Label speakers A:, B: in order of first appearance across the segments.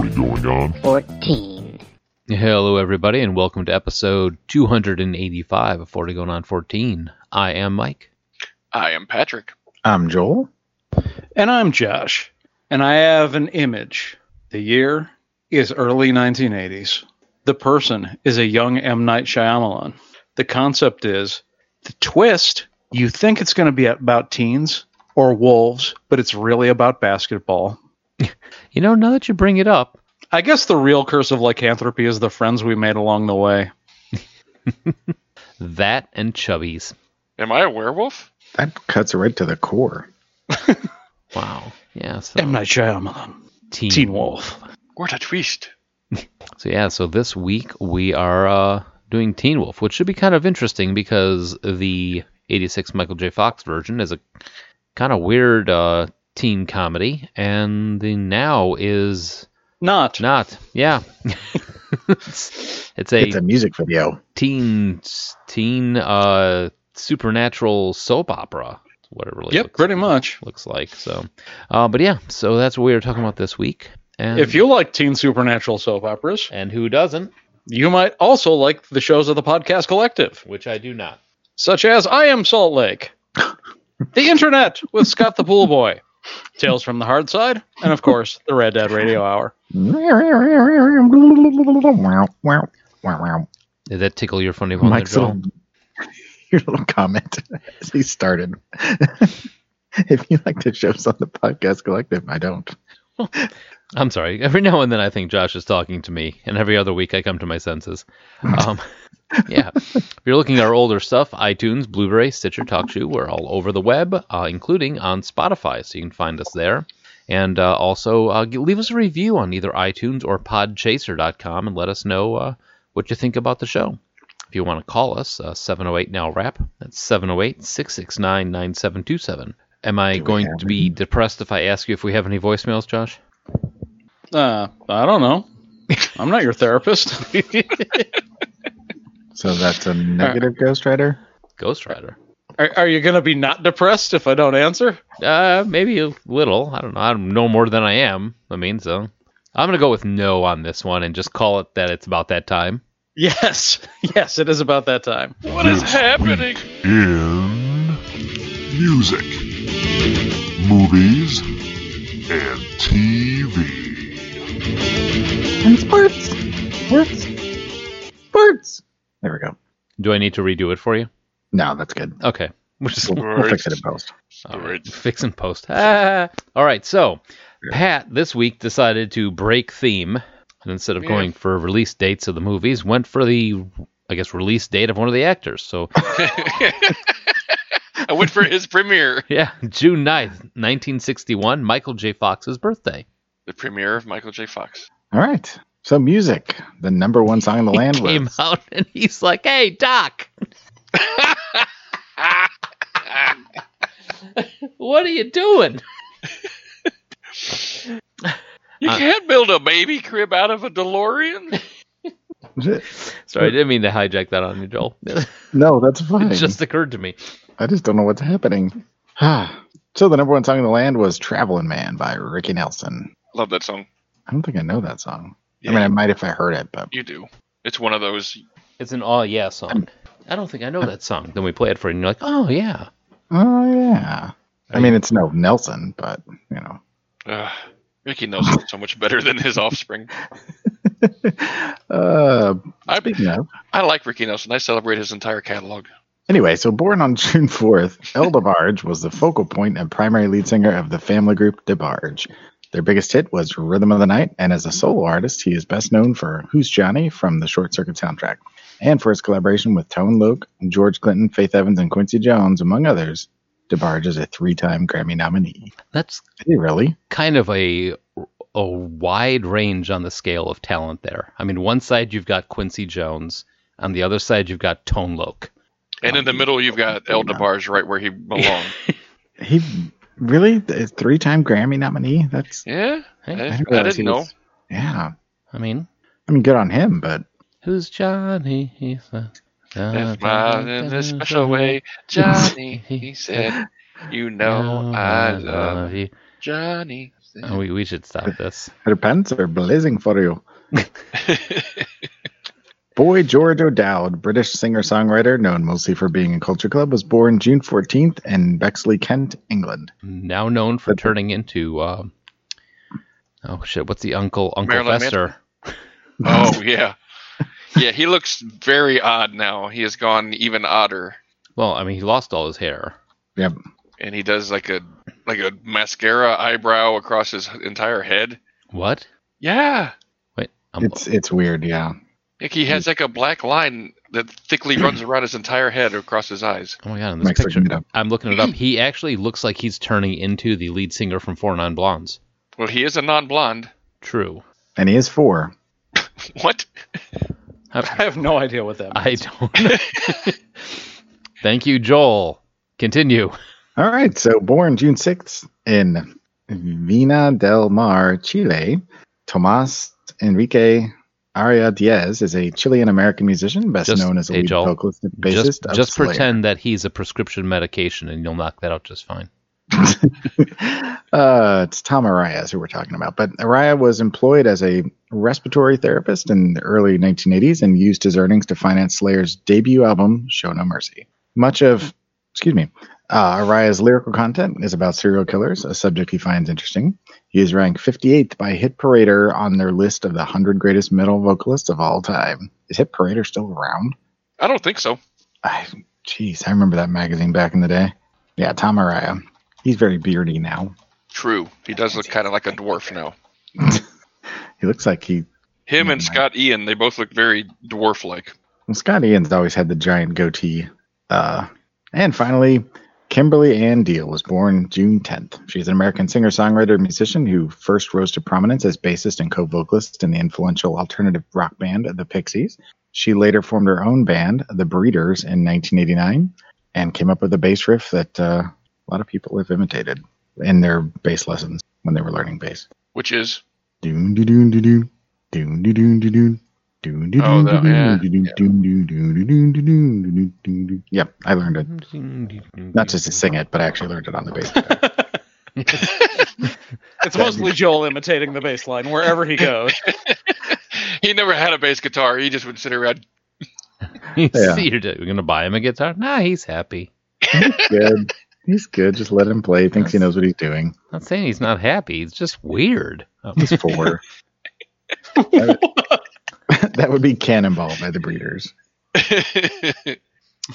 A: God.
B: 14.
C: Hello, everybody, and welcome to episode 285 of 40 Going On 14. I am Mike.
D: I am Patrick.
E: I'm Um, Joel.
F: And I'm Josh. And I have an image. The year is early 1980s. The person is a young M. Night Shyamalan. The concept is the twist you think it's going to be about teens or wolves, but it's really about basketball.
C: You know, now that you bring it up,
F: I guess the real curse of lycanthropy is the friends we made along the way.
C: that and Chubby's.
D: Am I a werewolf?
E: That cuts right to the core.
C: Wow. Yeah. So
F: M. Night Shyamalan,
C: teen,
F: Teen Wolf.
D: What a twist.
C: So yeah, so this week we are uh, doing Teen Wolf, which should be kind of interesting because the '86 Michael J. Fox version is a kind of weird uh, teen comedy, and the now is
F: Not.
C: not. Yeah, it's, it's a
E: It's a music video.
C: teen teen uh, supernatural soap opera. is What it really
F: Yep,
C: looks
F: pretty much.
C: looks like. So, uh, but yeah, so that's what we were talking about this week. And
F: If you like teen supernatural soap operas,
C: and who doesn't,
F: you might also like the shows of the podcast collective,
C: which I do not.
F: such as I Am Salt Lake, The Internet with Scott the Pool Boy, Tales from the Hard Side, and of course, the Red Dead Radio Hour.
E: Wow, wow, wow, wow.
C: Did that tickle your funny bone?
E: Mike's
C: there, Joel?
E: little, your little comment as he started. if you like the shows on the podcast collective, I don't.
C: I'm sorry. Every now and then, I think Josh is talking to me, and every other week, I come to my senses. Um, yeah, if you're looking at our older stuff, iTunes, Blu-ray, Stitcher, TalkShoe, we're all over the web, uh, including on Spotify, so you can find us there. And uh, also, uh, g- leave us a review on either iTunes or PodChaser.com, and let us know uh, what you think about the show. If you want to call us, uh, 708 now rap. That's 708 669 9727. Am I going
E: have
C: to be depressed if I ask you if we have any voicemails, Josh?
F: Uh, I don't know. I'm not your therapist.
E: So that's a negative Ghost Rider.
C: Ghost Rider.
F: are, are you going to be not depressed if I don't answer?
C: Uh, maybe a little. I don't know. I don't know more than I am. I mean, so I'm gonna go with no on this one and just call it that. It's about that time.
F: Yes. Yes, it is about that time.
D: What is happening?
A: In music, movies, and TV.
E: And sports. Sports. Sports. There we go.
C: Do I need to redo it for you?
E: No, that's good.
C: Okay. We're just
E: We'll, we'll fix it in post.
C: all right.
D: Alright.
C: fix and post. Ah. All right. So Pat this week decided to break theme and instead of
D: Yeah.
C: going for release dates of the movies, went for the I guess release date of one of the actors. So
D: I went for his premiere.
C: yeah, June 9th, 1961, Michael J. Fox's birthday.
D: The premiere of Michael J. Fox.
E: All right. So music, the number one song in the land
C: Came
E: was
C: out and he's like, "Hey, Doc." What are you doing?
D: You
C: Uh,
D: can't build a baby crib out of a DeLorean.
C: Sorry, I didn't mean to hijack that on you, Joel. it
E: No, that's fine.
C: just occurred to me.
E: I just don't know what's happening. so the number one song in the land was "Traveling Man" by Ricky Nelson.
D: Love that song.
E: I don't think I know that song.
D: Yeah,
E: I mean, I might if I heard it, but
D: you do. It's one of those.
C: It's an all yeah song. I don't think I know that song. Then we play it for you, and you're like, oh yeah.
E: oh yeah. I
C: Are
E: mean, it's no Nelson, but you know.
D: Uh, Ricky knows it so much better than his offspring.
E: Uh,
D: I,
E: speaking of,
D: I like Ricky Nelson. I celebrate his entire catalog.
E: Anyway, so born on June 4th, El DeBarge was the focal point and primary lead singer of the family group DeBarge. Their biggest hit was Rhythm of the Night, and as a solo artist, he is best known for Who's Johnny from the Short Circuit soundtrack, and for his collaboration with Tone Loc, George Clinton, Faith Evans, and Quincy Jones, among others. DeBarge is a three time Grammy nominee.
C: That's
E: Did he really?
C: kind of a a wide range on the scale of talent there. I mean, one side you've got Quincy Jones, on the other side you've got Tone Loc.
D: And in the middle, you've got El DeBarge right where he belongs.
E: He really? A three time Grammy nominee? That's.
D: Yeah? Eh? I,
C: Hey,
D: I
E: didn't
D: didn't
E: realize he
D: know.
E: was- Yeah.
C: I mean,
E: I mean, good on him, but
C: who's Johnny? He's a-
D: If mine in a special way, Johnny, he said, you Oh. know Oh, I love
C: you.
D: Johnny.
C: Uh, we, we should stop this.
E: Her pants are blazing for you. Boy George O'Dowd, British singer songwriter known mostly for being in Culture Club, was born June 14th in Bexley, Kent, England.
C: Now known for turning into. Um, oh, shit. What's the uncle? Uncle
D: Marilyn
C: Fester.
D: oh yeah, yeah. He looks very odd now. He has gone even odder,
C: Well, I mean, he lost all his hair.
E: Yep.
D: and he does like a like a mascara eyebrow across his entire head.
C: What?
D: Yeah,
C: Wait. I'm,
E: It's it's weird, yeah.
D: like he has like a black line that thickly runs around his entire head across his eyes.
C: oh, my God. In this
E: Mike's looking it
C: picture,
E: up.
C: I'm looking it up. He actually looks like he's turning into the lead singer from Four Non Blondes.
D: Well, he is a non-blonde.
C: True.
E: And he is four.
D: What?
F: I have no idea what that means.
C: I don't. Thank you, Joel. Continue.
E: All right, so born June 6th in Vina del Mar, Chile, Tomas Enrique Aria Diaz is a Chilean American musician, best
C: Just-
E: known as a
C: hey,
E: lead
C: Joel,
E: vocalist and bassist
C: Just,
E: of
C: just
E: Slayer.
C: pretend that he's a prescription medication, and you'll knock that out just fine.
E: uh, it's Tom Araya is who we're talking about. But Araya was employed as a respiratory therapist in the early 1980s and used his earnings to finance Slayer's debut album, Show No Mercy. Much of, excuse me, uh, Araya's lyrical content is about serial killers, a subject he finds interesting. He is ranked 58th by Hit Parader on their list of the 100 greatest metal vocalists of all time. Is Hit Parader still around?
D: I don't think so.
E: I, jeez, I remember that magazine back in the day. Yeah, Tom Araya. He's very beardy now.
D: True. He does look kind of like a dwarf now.
E: He looks like he.
D: Him and
C: Mm-hmm.
D: Scott Ian, they both look very dwarf-like.
E: Well, Scott Ian's always had the giant goatee. Uh, and finally, Kimberly Ann Deal was born June 10th. She's an American singer, songwriter, and musician who first rose to prominence as bassist and co vocalist in the influential alternative rock band The Pixies. She later formed her own band, The Breeders, in 1989 and came up with a bass riff that uh, a lot of people have imitated in their bass lessons when they were learning bass.
D: Which is
E: Doon doo doon doo doo. Doon doo doon doo doon. Doon doo
D: Oh,
C: Mm-hmm.
E: doon
D: that-
E: doo
D: yeah,
E: doon doo doon doon doo doon doo doon doo doon doo doon doo doo. Yep, I learned it. Not just to sing it, but I actually learned it on the bass. guitar.
F: It's mostly Joel imitating the bass line wherever he goes.
D: he never had a bass guitar. He just would sit around.
C: You
E: Yeah.
C: See, you're, d- you're gonna buy him a guitar? Nah, he's happy.
E: good. He's good. Just let him play. He thinks he knows what he's doing.
C: Not saying he's not happy. It's just weird. Oh,
E: He's four. that, would, that would be Cannonball by the Breeders.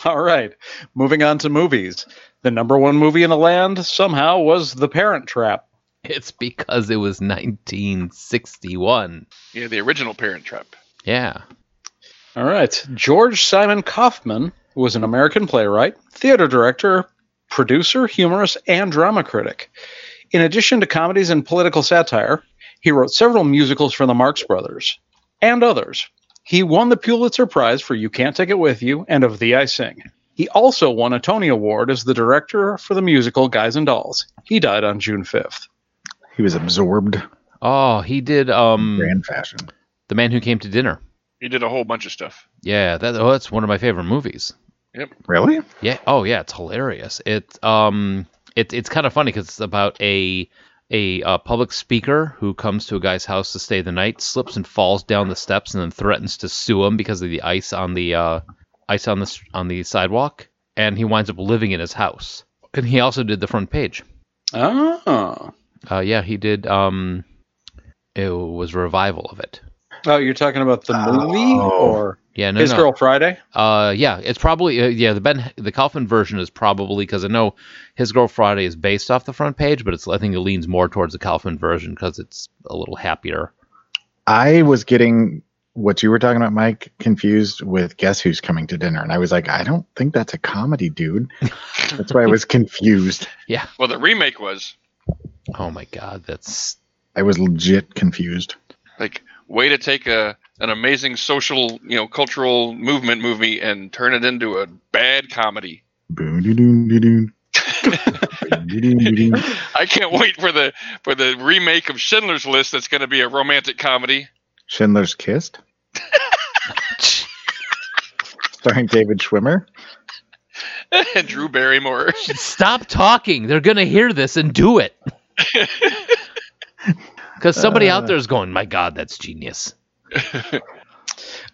F: All right, moving on to movies. The number one movie in the land somehow was The Parent Trap.
C: it's because it was 1961.
D: yeah, the original Parent Trap.
C: Yeah.
F: All right. George Simon Kaufman was an American playwright, theater director, producer, humorist, and drama critic. In addition to comedies and political satire, he wrote several musicals for the Marx Brothers and others. He won the Pulitzer Prize for You Can't Take It With You and Of Thee I Sing. He also won a Tony Award as the director for the musical Guys and Dolls. He died on June 5th.
E: He was absorbed
C: Oh, he did
E: in
C: um
E: grand fashion.
C: the man who came to dinner.
D: He did a whole bunch of stuff.
C: Yeah, that, oh, that's one of my favorite movies.
E: Really?
C: Yeah. Oh, yeah. It's hilarious. It's um, it, it's kind of funny because it's about a a uh, public speaker who comes to a guy's house to stay the night, slips and falls down the steps, and then threatens to sue him because of the ice on the uh, ice on the s- on the sidewalk, and he winds up living in his house. And he also did the front page.
F: Oh.
C: Uh, yeah, he did. Um, it was a revival of it.
F: Oh, you're talking about the movie
E: Oh.
F: or
C: Yeah, no,
F: His
C: no.
F: Girl Friday?
C: Uh, yeah, it's probably uh, yeah the Ben the Kaufman version is probably because I know his Girl Friday is based off the front page, but it's I think it leans more towards the Kaufman version because it's a little happier.
E: I was getting what you were talking about, Mike, confused with Guess Who's Coming to Dinner. And I was like, I don't think that's a comedy, dude. That's why I was confused.
D: Well, the remake was
C: Oh my God, that's
E: I was legit confused.
D: like way to take a an amazing social, you know, cultural movement movie and turn it into a bad comedy.
E: Boom-de-doom-de-doom. Boom-de-doom-de-doom.
D: I can't wait for the for the remake of Schindler's List. That's going to be a romantic comedy.
E: Schindler's Kissed. Starring David Schwimmer.
D: and Drew Barrymore.
C: stop talking. They're gonna hear this and do it. Because somebody out there is going, my God, that's genius.
F: All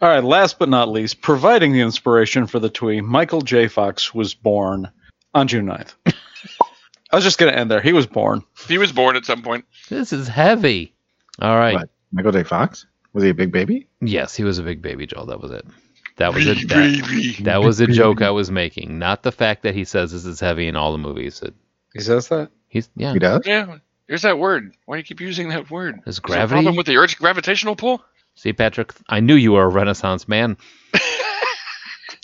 F: right, last but not least, providing the inspiration for the twee, Michael J. Fox was born on June 9th. I was just going to end there. He was born.
D: He was born at some point.
C: This is heavy. All right.
E: What? Michael J. Fox? Was he a big baby?
C: Yes, he was a big baby, Joel. That was it. That was it. That, that was a joke I was making, not the fact that he says this is heavy in all the movies. It,
F: He says that?
C: he's yeah.
E: He does?
D: Yeah, there's that word. Why do you keep using that word?
C: There's
D: Is there a problem
C: gravity.
D: with the urge gravitational pull?
C: See, Patrick, I knew you were a Renaissance man.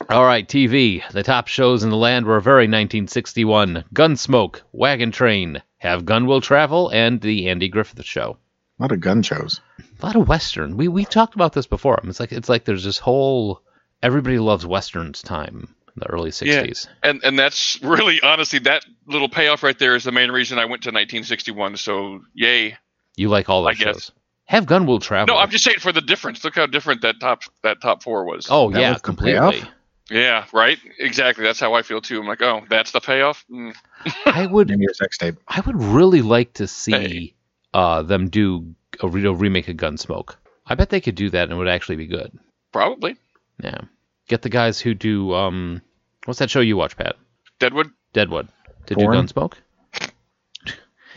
C: All right, TV. The top shows in the land were very 1961 Gunsmoke, Wagon Train, Have Gun Will Travel, and The Andy Griffith Show.
E: A lot of gun shows.
C: A lot of Western. We we talked about this before. I mean, It's like it's like there's this whole everybody loves Westerns time in the early 60s.
D: And and that's really honestly that little payoff right there is the main reason I went to 1961. So yay.
C: You like all
D: I
C: those
D: guess.
C: shows. Have Gun Will Travel.
D: No, I'm just saying for the difference. Look how different that top that top four was.
C: Oh
E: That
C: yeah,
E: was the payoff?
C: completely.
D: Yeah, right. Exactly. That's how I feel too. I'm like, oh, that's the payoff. Mm.
C: I would
E: Name your sex tape.
C: I would really like to see
D: Hey.
C: uh, them do a, re- a remake of Gunsmoke. I bet they could do that and it would actually be good.
D: Probably
C: Yeah. Get the guys who do um what's that show you watch, Pat?
D: Deadwood.
C: Deadwood. Did
E: Porn?
C: do Gunsmoke?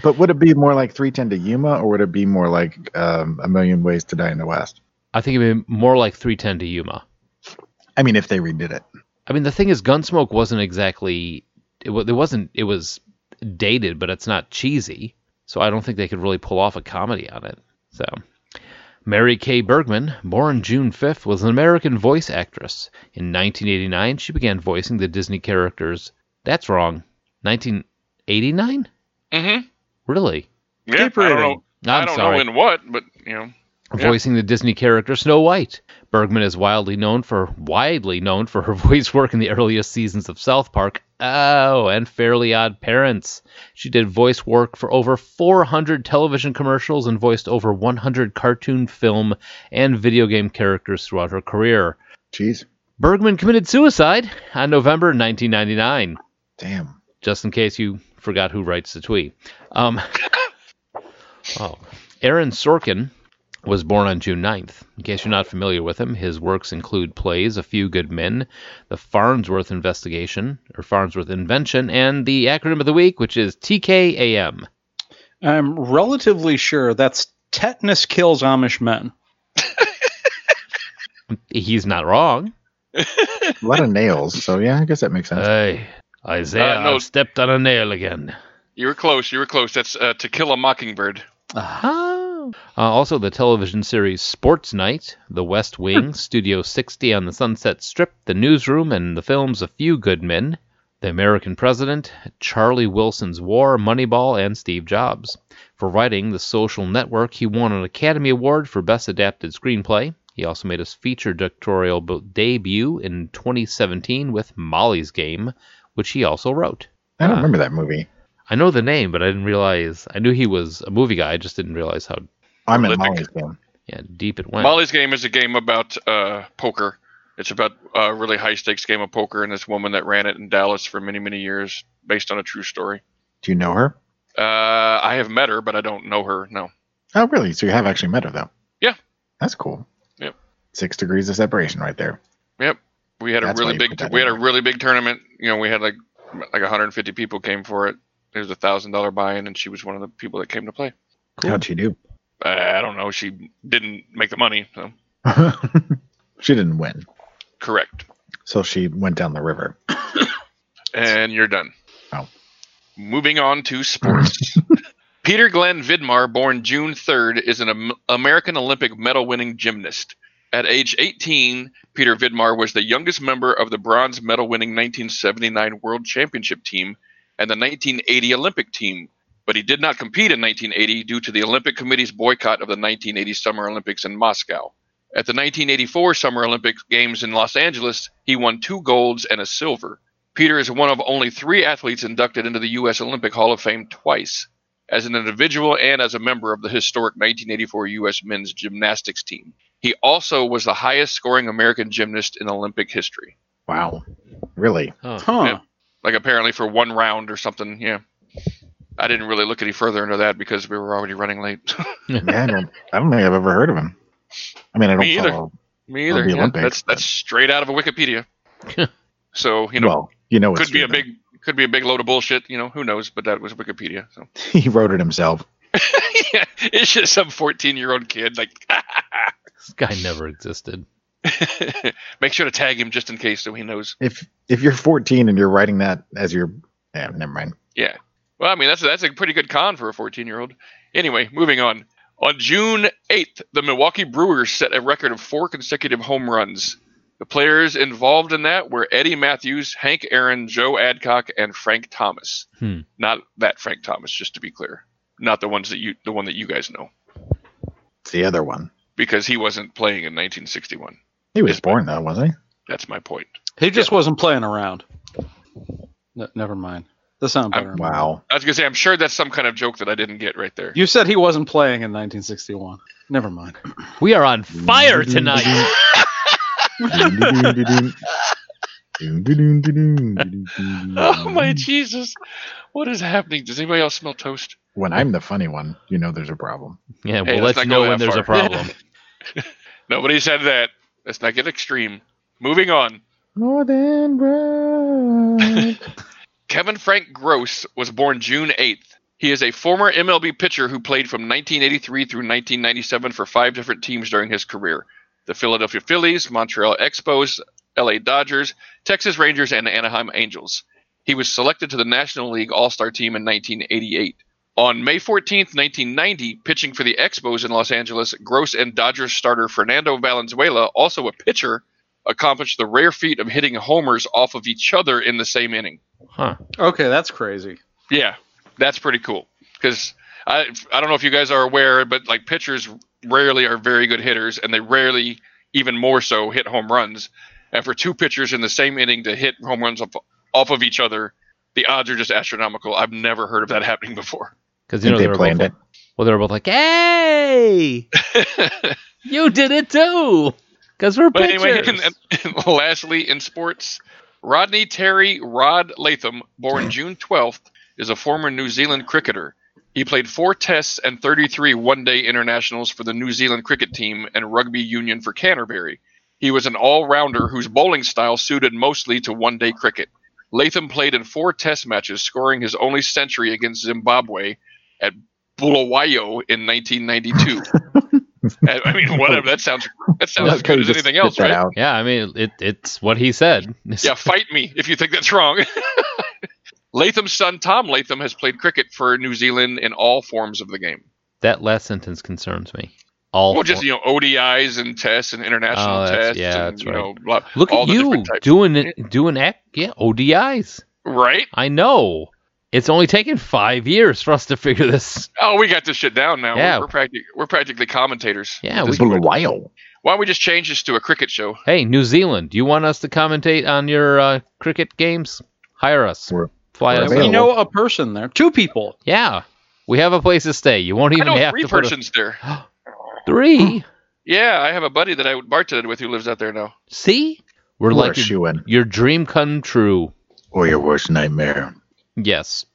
E: But would it be more like 310 to Yuma or would it be more like um, A Million Ways to Die in the West?
C: I think it'd be more like 310 to Yuma.
E: I mean, if they redid it.
C: I mean, the thing is, Gunsmoke wasn't exactly it, wa- it wasn't it was dated, but it's not cheesy. So I don't think they could really pull off a comedy on it. So Mary Kay Bergman, born June 5th, was an American voice actress. In 1989, she began voicing the Disney characters. That's wrong. 1989?
D: Mm-hmm.
C: Really?
D: Yeah.
F: Keep
D: I don't
F: reading.
D: know.
C: I'm
D: I don't
C: sorry.
D: know in what, but you know. Yeah.
C: voicing the Disney character Snow White. Bergman is wildly known for widely known for her voice work in the earliest seasons of South Park. Oh, and Fairly Odd Parents. She did voice work for over 400 television commercials and voiced over 100 cartoon, film, and video game characters throughout her career.
E: Jeez.
C: Bergman committed suicide on November 1999
E: Damn.
C: just in case you forgot who writes the tweet. Um, oh, Aaron Sorkin was born on June 9th. In case you're not familiar with him, his works include plays A Few Good Men, The Farnsworth Investigation, or Farnsworth Invention, and the acronym of the week, which is TKAM.
F: I'm relatively sure that's Tetanus Kills Amish Men.
C: He's not wrong.
E: A lot of nails. So, yeah, I guess that makes sense.
C: Hey, Isaiah
D: Uh, no.
C: stepped on a nail again.
D: You were close. You were close. That's uh, To Kill a Mockingbird.
C: Oh. Uh, also, the television series Sports Night, The West Wing, Studio 60 on the Sunset Strip, The Newsroom, and the films A Few Good Men, The American President, Charlie Wilson's War, Moneyball, and Steve Jobs. For writing The Social Network, he won an Academy Award for Best Adapted Screenplay. He also made his feature directorial bo- debut in 2017 with Molly's Game, which he also wrote.
E: I
D: Uh,
E: don't remember that movie.
C: I know the name, but I didn't realize. I knew he was a movie guy. I just didn't realize how
E: I'm in
D: Olympic.
E: Molly's game.
C: yeah, deep it went.
D: Molly's Game is a game about uh, poker. It's about a really high stakes game of poker and this woman that ran it in Dallas for many many years, based on a true story.
E: Do you know her?
D: Uh, I have met her, but I don't know her. No.
E: Oh, really? So you have actually met her, though?
D: Yeah.
E: That's cool.
D: Yep.
E: Six degrees of separation right there.
D: Yep. We had a
E: That's why
D: really
E: you
D: big
E: put that
D: we had
E: in
D: a really big tournament. You know, we had like like 150 people came for it. There was a thousand dollar buy-in, and she was one of the people that came to play.
E: How'd she do?
D: Uh, I don't know. She didn't make the money. So
E: she didn't win.
D: correct.
E: So she went down the river.
D: And you're done.
E: Oh.
D: Moving on to sports. Peter Glenn Vidmar, born June 3rd, is an Am- American Olympic medal winning gymnast. At age 18, Peter Vidmar was the youngest member of the bronze medal winning 1979 World Championship team and the 1980 Olympic team, but he did not compete in 1980 due to the Olympic Committee's boycott of the 1980 Summer Olympics in Moscow. At the 1984 Summer Olympic Games in Los Angeles, he won two golds and a silver. Peter is one of only three athletes inducted into the U.S. Olympic Hall of Fame twice, as an individual and as a member of the historic 1984 U.S. men's gymnastics team. He also was the highest scoring American gymnast in Olympic history.
E: Wow. Really?
C: Huh.
F: Huh.
C: Oh,
D: Yeah. Like, apparently, for one round or something. Yeah. I didn't really look any further into that because we were already running late.
E: Yeah, I don't, I don't think I've ever heard of him. I mean, I don't
D: Me either.
E: follow.
D: Me
E: Or
D: either.
E: the
D: yeah.
E: Olympics,
D: that's
E: but-
D: that's straight out of a Wikipedia. so you know,
E: well, you know, it's
D: could be a
E: true,
D: big could be a big load of bullshit. You know, who knows? But that was Wikipedia. So
E: though. He wrote it himself.
D: yeah, it's just some fourteen year old kid. Like,
C: This guy never existed.
D: make sure to tag him just in case, so he knows.
E: If if you're 14 and you're writing that as your, yeah, never mind.
D: Yeah. Well, I mean, that's that's a pretty good con for a 14 year old. Anyway, moving on. On June 8th, the Milwaukee Brewers set a record of four consecutive home runs. The players involved in that were Eddie Matthews, Hank Aaron, Joe Adcock, and Frank Thomas.
C: Hmm.
D: Not that Frank Thomas, just to be clear. Not the ones that you the one that you guys know,
E: It's the other one.
D: because he wasn't playing in 1961.
E: He was born though, wasn't
D: That's my point.
F: He just wasn't playing around. N- never mind. That sound better.
E: he? Wow.
D: I was gonna say, I'm sure that's some kind of joke that I didn't get right there.
F: You said he wasn't playing in 1961. Never mind.
C: We are on fire
E: Mm-hmm.
C: tonight.
D: Oh my
E: my!
D: Jesus! What is happening? Does anybody else smell toast?
E: When I'm the funny one, you know there's a problem.
C: Yeah,
D: Hey,
C: we'll
D: let's
C: let you
D: not go
C: know when
D: that
C: there's a
D: far.
C: problem.
D: Nobody said that. Let's not get extreme. Moving on.
E: Northern Rock.
D: Kevin Frank Gross was born June 8th. He is a former MLB pitcher who played from 1983 through 1997 for five different teams during his career the Philadelphia Phillies, Montreal Expos, LA Dodgers, Texas Rangers, and Anaheim Angels. He was selected to the National League All Star team in 1988. On May 14th, 1990, pitching for the Expos in Los Angeles, Gross and Dodgers starter Fernando Valenzuela, also a pitcher, accomplished the rare feat of hitting homers off of each other in the same inning.
C: Huh.
F: Okay, that's crazy.
D: Yeah, that's pretty cool. Because I I don't know if you guys are aware, but like pitchers rarely are very good hitters, and they rarely, even more so, hit home runs. And for two pitchers in the same inning to hit home runs off, off of each other, the odds are just astronomical. I've never heard of that happening before.
C: Because you know
E: they
C: they were
E: planned
C: both,
E: it.
C: well, they were both like, "Hey, you did it too." Because we're
D: But
C: pitchers.
D: anyway, and, and- and lastly, in sports, Rodney Terry Rod Latham, born June 12th, is a former New Zealand cricketer. He played four tests and 33 one day internationals for the New Zealand cricket team and rugby union for Canterbury. He was an all rounder whose bowling style suited mostly to one day cricket. Latham played in four test matches, scoring his only century against Zimbabwe at Bulawayo in 1992. I I mean, whatever. That sounds that sounds as
E: Okay,
D: good as
E: just
D: anything
E: spit
D: else,
E: that
D: right?
E: out.
C: yeah, I mean, it, it's what he said.
D: yeah, fight me if you think that's wrong. Latham's son Tom Latham has played cricket for New Zealand in all forms of the game.
C: That last sentence concerns me. All
D: Well, just
C: four-
D: you know, ODIs and tests and international
C: Oh, that's-
D: tests.
C: yeah,
D: and,
C: that's
D: you
C: right.
D: know, blah-
C: look
D: all
C: at
D: the
C: you
D: different types.
C: doing it, doing act, yeah, ODIs.
D: right?
C: I know. It's only taken five years for us to figure this.
D: Oh, we got this shit down now.
C: Yeah.
D: We're, we're, practic- we're practically commentators.
C: Yeah, we,
E: It's been a while.
D: Why don't we just change this to a cricket show?
C: hey, New Zealand, do you want us to commentate on your uh, cricket games? Hire us.
E: We're-
C: Fly
E: we're
C: us.
E: available.
F: We know a person there. Two people.
C: Yeah, we have a place to stay. You won't even
D: I know
C: have
D: three
C: to put a-
D: persons there.
C: three.
D: Yeah, I have a buddy that I bartended with who lives out there now.
C: See, we're,
E: Or
C: like
E: a
C: your,
E: shoe in.
C: your dream come true.
E: Or your worst nightmare.
C: Yes.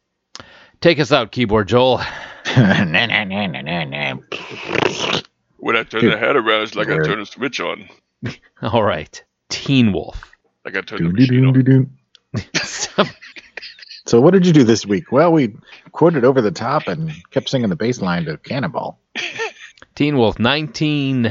C: Take us out, keyboard Joel.
E: Na, na, na, na, na, na.
D: When I turn
E: Dude.
D: the head around, it's like
E: Weird.
D: I turn a switch on.
C: All right, Teen Wolf.
D: Like I turn the
E: Doo, doo,
D: machine
E: doo,
D: on.
E: doo, doo. So what did you do this week? Well, we quoted over the top and kept singing the bass line to Cannonball.
C: Teen Wolf,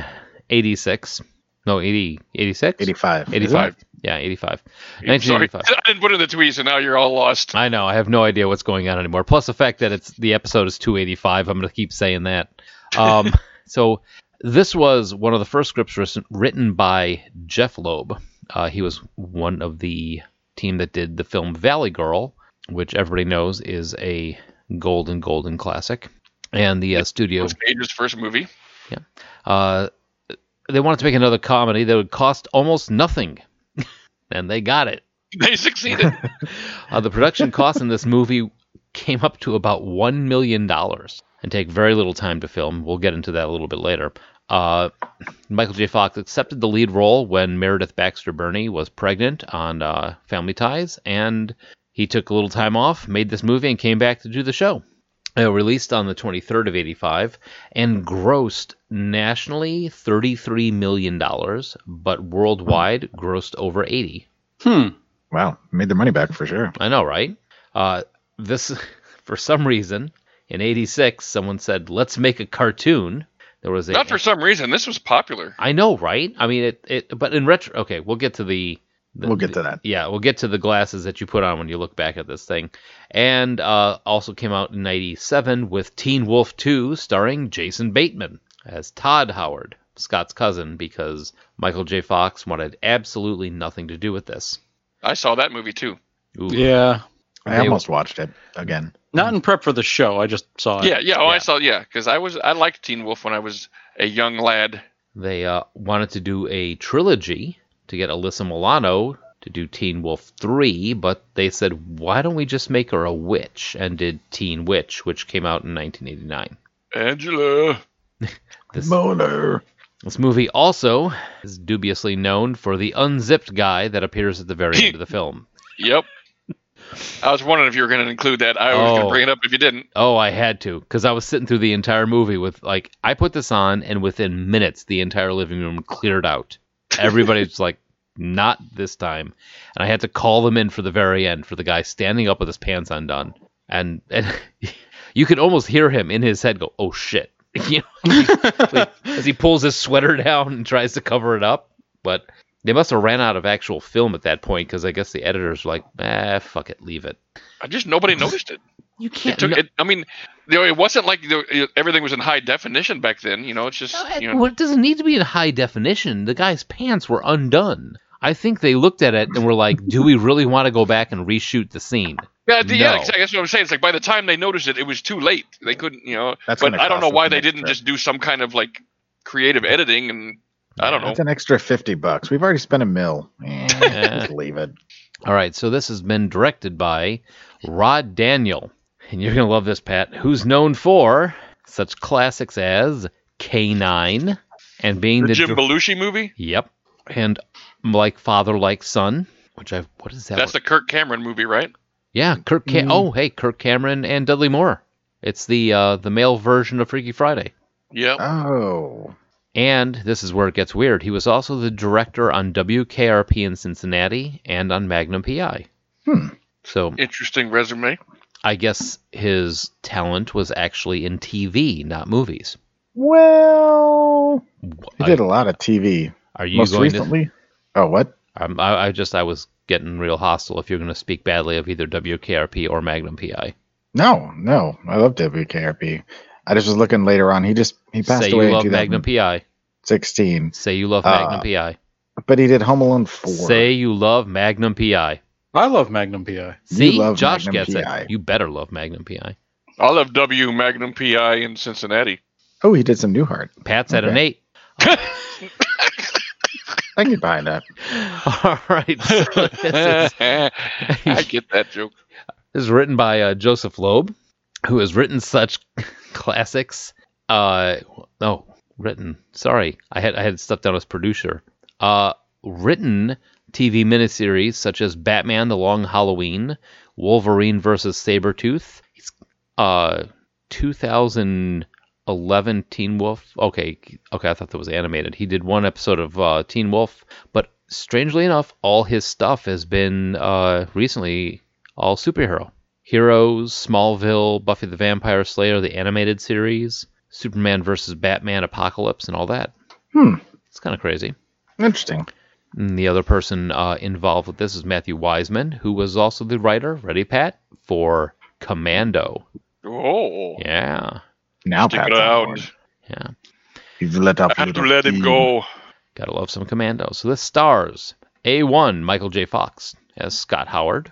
C: 1986. No, 80, 86?
E: 85.
C: 85. Yeah, 85.
D: Sorry,
C: 1985.
D: I didn't put in the tweet, so now you're all lost.
C: I know. I have no idea what's going on anymore. Plus the fact that it's the episode is 285. I'm going to keep saying that. Um, so this was one of the first scripts wris- written by Jeff Loeb. Uh, he was one of the team that did the film Valley Girl, which everybody knows is a golden, golden classic. And the uh,
D: It
C: studio
D: was Gage's first movie.
C: Uh, they wanted to make another comedy that would cost almost nothing, and they got it.
D: They succeeded.
C: Uh, the production cost in this movie came up to about one million dollars and take very little time to film. We'll get into that a little bit later. Uh, Michael J. Fox accepted the lead role when Meredith Baxter Burney was pregnant on uh, Family Ties, and he took a little time off, made this movie, and came back to do the show. uh, released on the 23rd of 85 and grossed nationally 33 million dollars but worldwide grossed over 80
F: Hmm.
E: Wow, made their money back for sure.
C: i know right uh, this for some reason in 86 someone said let's make a cartoon there was a
D: Not for some reason. This was popular.
C: i know right i mean it, it but in retro okay we'll get to the, the
E: We'll get to that.
C: yeah, we'll get to the glasses that you put on when you look back at this thing. And uh, also came out in 97 with Teen Wolf 2 starring Jason Bateman as Todd Howard, Scott's cousin, because Michael J. Fox wanted absolutely nothing to do with this.
D: I saw that movie too.
C: Ooh.
F: Yeah.
E: I
C: They-
E: almost watched it again.
F: Not in prep for the show. I just saw it.
D: yeah, yeah, oh,
C: yeah.
D: I saw. Yeah, because I was I liked Teen Wolf when I was a young lad.
C: They uh, wanted to do a trilogy to get Alyssa Milano to do Teen Wolf 3, but they said, why don't we just make her a witch? And did Teen Witch, which came out in 1989.
D: Angela.
C: This-
E: Molar.
C: This movie also is dubiously known for the unzipped guy that appears at the very end of the film.
D: Yep. I was wondering if you were going to include that. I was going
C: Oh.
D: to bring it up if you didn't.
C: Oh, I had to because I was sitting through the entire movie with like I put this on, and within minutes the entire living room cleared out. Everybody's like, "Not this time," and I had to call them in for the very end for the guy standing up with his pants undone, and and you could almost hear him in his head go, "Oh shit," you know, like, as he pulls his sweater down and tries to cover it up, but. They must have ran out of actual film at that point because I guess the editors were like, "Ah, fuck it, leave it."
D: I just nobody noticed it.
C: You
D: It
C: can't.
D: took. It, I mean, you know, it wasn't like the, everything was in high definition back then. You know, it's just
C: No, it,
D: you know,
C: well, it doesn't need to be in high definition. The guy's pants were undone. I think they looked at it and were like, "Do we really want to go back and reshoot the scene?"
D: Yeah, the-
C: No.
D: yeah, exactly. That's what I'm saying. It's like by the time they noticed it, it was too late. They couldn't, you know.
E: That's
D: but
E: gonna
D: I don't
E: cost
D: know
E: them
D: why
E: an
D: they didn't
E: extra-
D: just do some kind of like creative editing and I don't know.
E: That's an extra 50 bucks. We've already spent a mil. Eh, just leave it.
C: All right, so this has been directed by Rod Daniel, and you're gonna love this, Pat. Who's known for such classics as K9 and being
D: The
C: the
D: Jim
C: dir-
D: Belushi movie.
C: yep, and mm, like father, like son. Which I what is that?
D: That's Mm-hmm. the Kirk Cameron movie, right?
C: Yeah, Kirk. Ca- Oh, hey, Kirk Cameron and Dudley Moore. It's the uh, the male version of Freaky Friday.
D: Yeah.
E: Oh.
C: And this is where it gets weird. He was also the director on WKRP in Cincinnati and on Magnum PI.
E: Hmm.
C: So
D: Interesting resume.
C: I guess his talent was actually in TV, not movies.
E: Well, he
C: I-
E: did a lot of TV.
C: Are you
E: Most
C: going
E: recently. Oh, what?
C: to? Um, I, I just I was getting real hostile if you're going to speak badly of either WKRP or Magnum PI.
E: No, no. I love WKRP. I just was looking later on. He just he passed
C: Say
E: away
C: you love
E: in
C: Magnum PI.
E: 2016.
C: Say you love
E: Uh,
C: Magnum PI.
E: But he did Home Alone 4.
C: Say you love Magnum PI.
F: I love Magnum PI.
E: You
C: See,
E: love
C: Josh
E: Magnum
C: gets
E: PI.
C: it. You better love Magnum PI.
D: I love W Magnum PI in Cincinnati.
E: oh, he did some Newhart.
C: Pat's at an
E: Okay.
C: eight.
E: I can get behind that.
C: All right. so this is-
D: I get that joke.
C: This is written by uh, Joseph Loeb, who has written such classics. Uh, oh, written. Sorry, I had I had stuff down as producer. Uh, written TV miniseries such as Batman: The Long Halloween, Wolverine versus Sabretooth. He's uh, 2011 Teen Wolf. Okay, okay, I thought that was animated. He did one episode of uh, Teen Wolf, but strangely enough, all his stuff has been uh, recently all superhero. Heroes, Smallville, Buffy the Vampire Slayer, the animated series, Superman versus Batman, Apocalypse, and all that.
E: Hmm.
C: It's kind of crazy.
E: Interesting.
C: And the other person uh, involved with this is Matthew Wiseman, who was also the writer, ready, Pat, for Commando.
D: Oh.
C: Yeah,
E: Now
D: Stick
E: Pat's
D: it
E: on
D: out.
E: board.
C: yeah.
E: You've let up
D: I have to
E: little
D: let him
E: E.
D: go.
C: Gotta love some Commando. So this stars A1 Michael J. Fox as Scott Howard.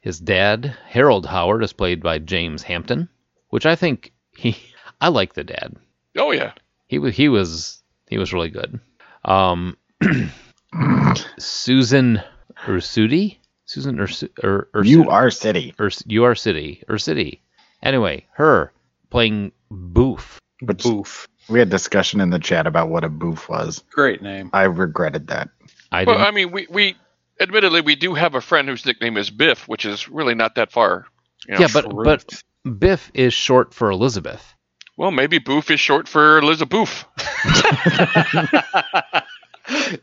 C: His dad, Harold Howard, is played by James Hampton, which I think he. I like the dad.
D: Oh yeah.
C: He was he was he was really good. Um, Susan Ursudi, Susan Ursu, Ur, Ursu,
E: You are city.
C: Urs, you are city Ursudi. Anyway, her playing Boof.
E: Which
F: Boof.
E: we had discussion in the chat about what a boof was.
F: Great name.
E: I regretted that.
C: I
D: Well,
C: didn't.
D: I mean, we we admittedly we do have a friend whose nickname is Biff, which is really not that far You know,
C: yeah, but but Biff is short for Elizabeth.
D: well, maybe Boof is short for Elizabeth.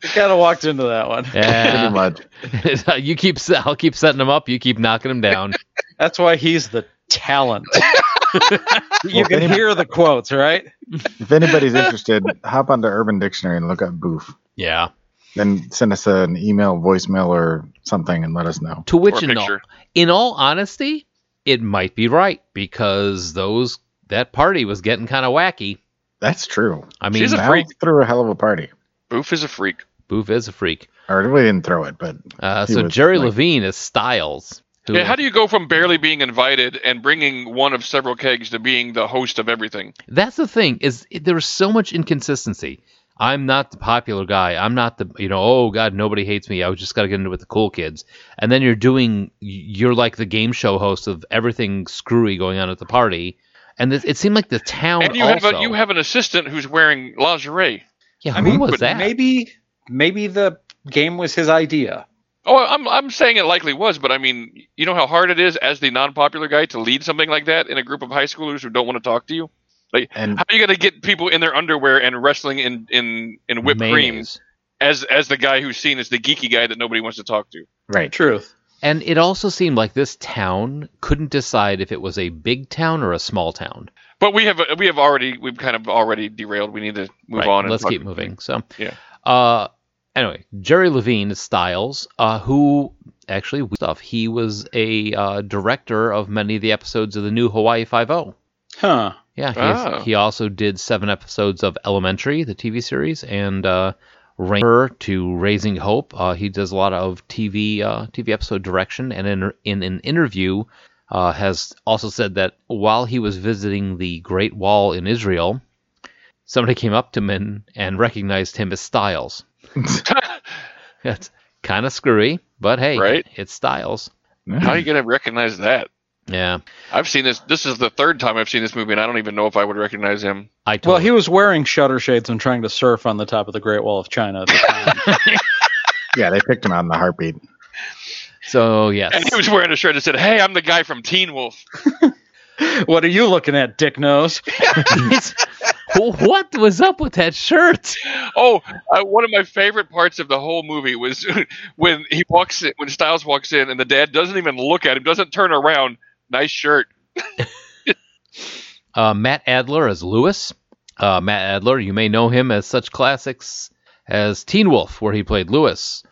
F: kind of walked into that one.
E: Pretty
C: Yeah,
E: much.
C: you keep se- I'll keep setting him up. You keep knocking him down.
F: That's why he's the talent. you
E: Well,
F: can
E: anybody-
F: hear the quotes, right?
E: If anybody's interested, hop onto Urban Dictionary and look up boof.
C: Yeah.
E: Then send us an email, voicemail, or something and let us know.
C: To
D: Or
C: which,
D: a
C: in all,
D: picture.
C: in all honesty, it might be right because those that party was getting kind of wacky.
E: That's true.
C: I mean,
D: She's a
E: Mal
D: freak.
E: threw a hell of a party.
D: Boof is a freak.
C: Boof is a freak.
E: Or we didn't throw it, but
C: Uh,
E: He
C: so
E: was
C: Jerry
E: like-
C: Levine is Styles. Who,
D: Yeah, how do you go from barely being invited and bringing one of several kegs to being the host of everything?
C: that's the thing is it- there was so much inconsistency. I'm not the popular guy. I'm not the you know oh god nobody hates me. I was just got to get into it with the cool kids. And then you're doing you're like the game show host of everything screwy going on at the party. And it, it seemed like the town
D: And you
C: Oh, also.
D: have a, you have an assistant who's wearing lingerie.
C: yeah,
F: I
C: who
F: mean,
C: was
D: but
C: that?
F: Maybe maybe the game was his idea.
D: Oh, I'm I'm saying it likely was, but I mean, you know how hard it is as the non-popular guy to lead something like that in a group of high schoolers who don't want to talk to you.
E: and
D: How are you going to get people in their underwear and wrestling in in in whipped cream
C: Mayonnaise.
D: as as the guy who's seen as the geeky guy that nobody wants to talk to?
E: right.
F: Truth.
C: And it also seemed like this town couldn't decide if it was a big town or a small town.
D: But we have we have already we've kind of already derailed. We need to move
C: Right,
D: on. and
C: Let's
D: talk-
C: keep moving. So,
D: Yeah.
C: Uh, anyway, Jerry Levine Styles, uh, who actually we- stuff he was a uh, director of many of the episodes of the new Hawaii Five O.
F: Huh.
C: Yeah, he,
D: Ah.
C: he also did seven episodes of Elementary, the TV series, and uh, Ranger to Raising Hope. Uh, he does a lot of TV uh, TV episode direction, and in in an interview, uh, has also said that while he was visiting the Great Wall in Israel, somebody came up to him and, and recognized him as Styles. That's kind of screwy, but hey,
D: Right.
C: it's Styles.
D: How are you going to recognize that?
C: Yeah,
D: I've seen this. This is the third time I've seen this movie, and I don't even know if I would recognize him.
C: I
F: Well,
C: totally
F: he was wearing shutter shades and trying to surf on the top of the Great Wall of China at the time.
E: Yeah, they picked him out in the heartbeat.
C: so yes.
D: And he was wearing a shirt that said, "Hey, I'm the guy from Teen Wolf."
F: what are you looking at, Dick Nose?
C: what was up with that shirt?
D: Oh, uh, one of my favorite parts of the whole movie was when he walks in, when Styles walks in, and the dad doesn't even look at him, doesn't turn around. Nice shirt.
C: Uh, Matt Adler as Lewis. Uh, Matt Adler, you may know him as such classics as Teen Wolf, where he played Lewis.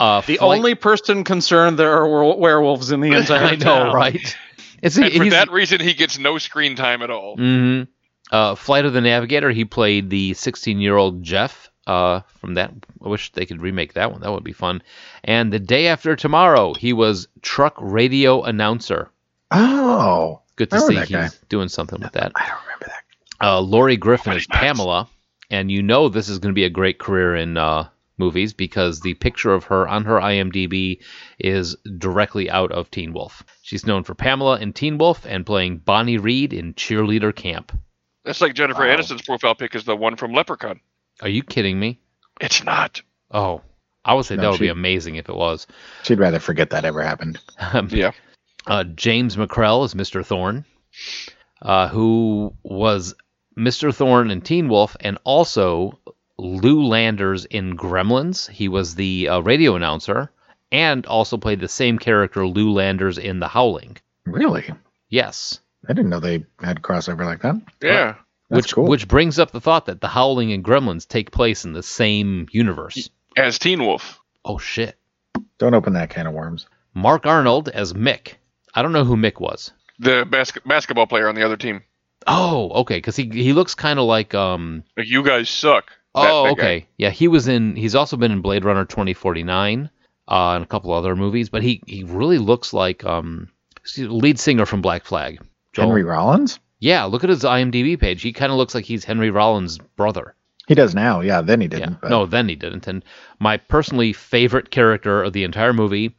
C: Uh,
F: The
C: Flank-
F: only person concerned there are were- werewolves in the entire
C: I know,
F: town.
C: right? It's
D: And for
C: he's-
D: that reason, he gets no screen time at all.
C: Mhm. Uh, Flight of the Navigator. He played the 16-year-old Jeff. Uh, from that, I wish they could remake that one. That would be fun. And the day after tomorrow, he was truck radio announcer.
E: Oh,
C: Good to see
E: Remember
C: he's
E: that guy.
C: doing something with that.
E: I don't remember that.
C: uh, Lori Griffin is
D: Nobody knows.
C: Pamela, and you know this is going to be a great career in uh, movies because the picture of her on her IMDb is directly out of Teen Wolf. She's known for Pamela in Teen Wolf and playing Bonnie Reed in Cheerleader Camp.
D: That's like Jennifer
E: Wow.
D: Aniston's profile pic is the one from Leprechaun.
C: Are you kidding me?
D: It's not.
C: Oh, I would say
E: No,
C: that would be
E: she-
C: amazing if it was.
E: She'd rather forget that ever happened.
C: Um,
D: Yeah.
C: Uh, James McCrell is Mr. Thorne, uh, who was Mr. Thorne in Teen Wolf and also Lou Landers in Gremlins. He was the uh, radio announcer and also played the same character Lou Landers in The Howling.
E: Really?
C: Yes.
E: I didn't know they had crossover like that.
D: Yeah.
E: That's
C: which
E: cool.
C: which brings up the thought that The Howling and Gremlins take place in the same universe.
D: As Teen Wolf.
C: Oh shit.
E: Don't open that can of worms.
C: Mark Arnold as Mick. I don't know who Mick was.
D: The bas- basketball player on the other team.
C: Oh, okay, because he he looks kind of like um
D: Like, you guys suck. That-
C: Oh,
D: that guy.
C: okay. Yeah, he was in. He's also been in Blade Runner 2049 uh, and a couple other movies, but he he really looks like um excuse- lead singer from Black Flag. Joel.
E: Henry Rollins?
C: Yeah, look at his IMDb page. He kind of looks like he's Henry Rollins' brother.
E: He does now. Yeah, then he
C: Yeah.
E: didn't. but-
C: No, then he didn't. And my personally favorite character of the entire movie,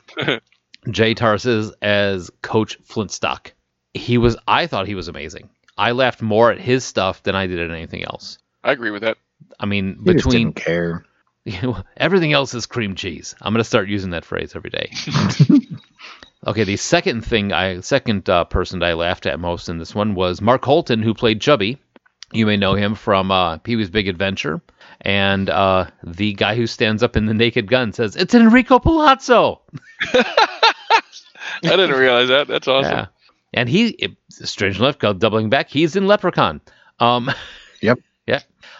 C: Jay Tarsis as Coach Flintstock. He was. I thought he was amazing. I laughed more at his stuff than I did at anything else.
D: I agree with that.
C: I mean,
E: he just
C: between
E: didn't care.
C: you know, everything else is cream cheese. I'm going to start using that phrase every day. Okay, the second thing I second uh, person that I laughed at most in this one was Mark Holton, who played Chubby. You may know him from uh, Pee Wee's Big Adventure, and uh, the guy who stands up in the Naked Gun says, "It's Enrico Palazzo."
D: I didn't realize that. That's awesome.
C: Yeah, and he, it- strange enough, go- doubling back, he's in Leprechaun. Um,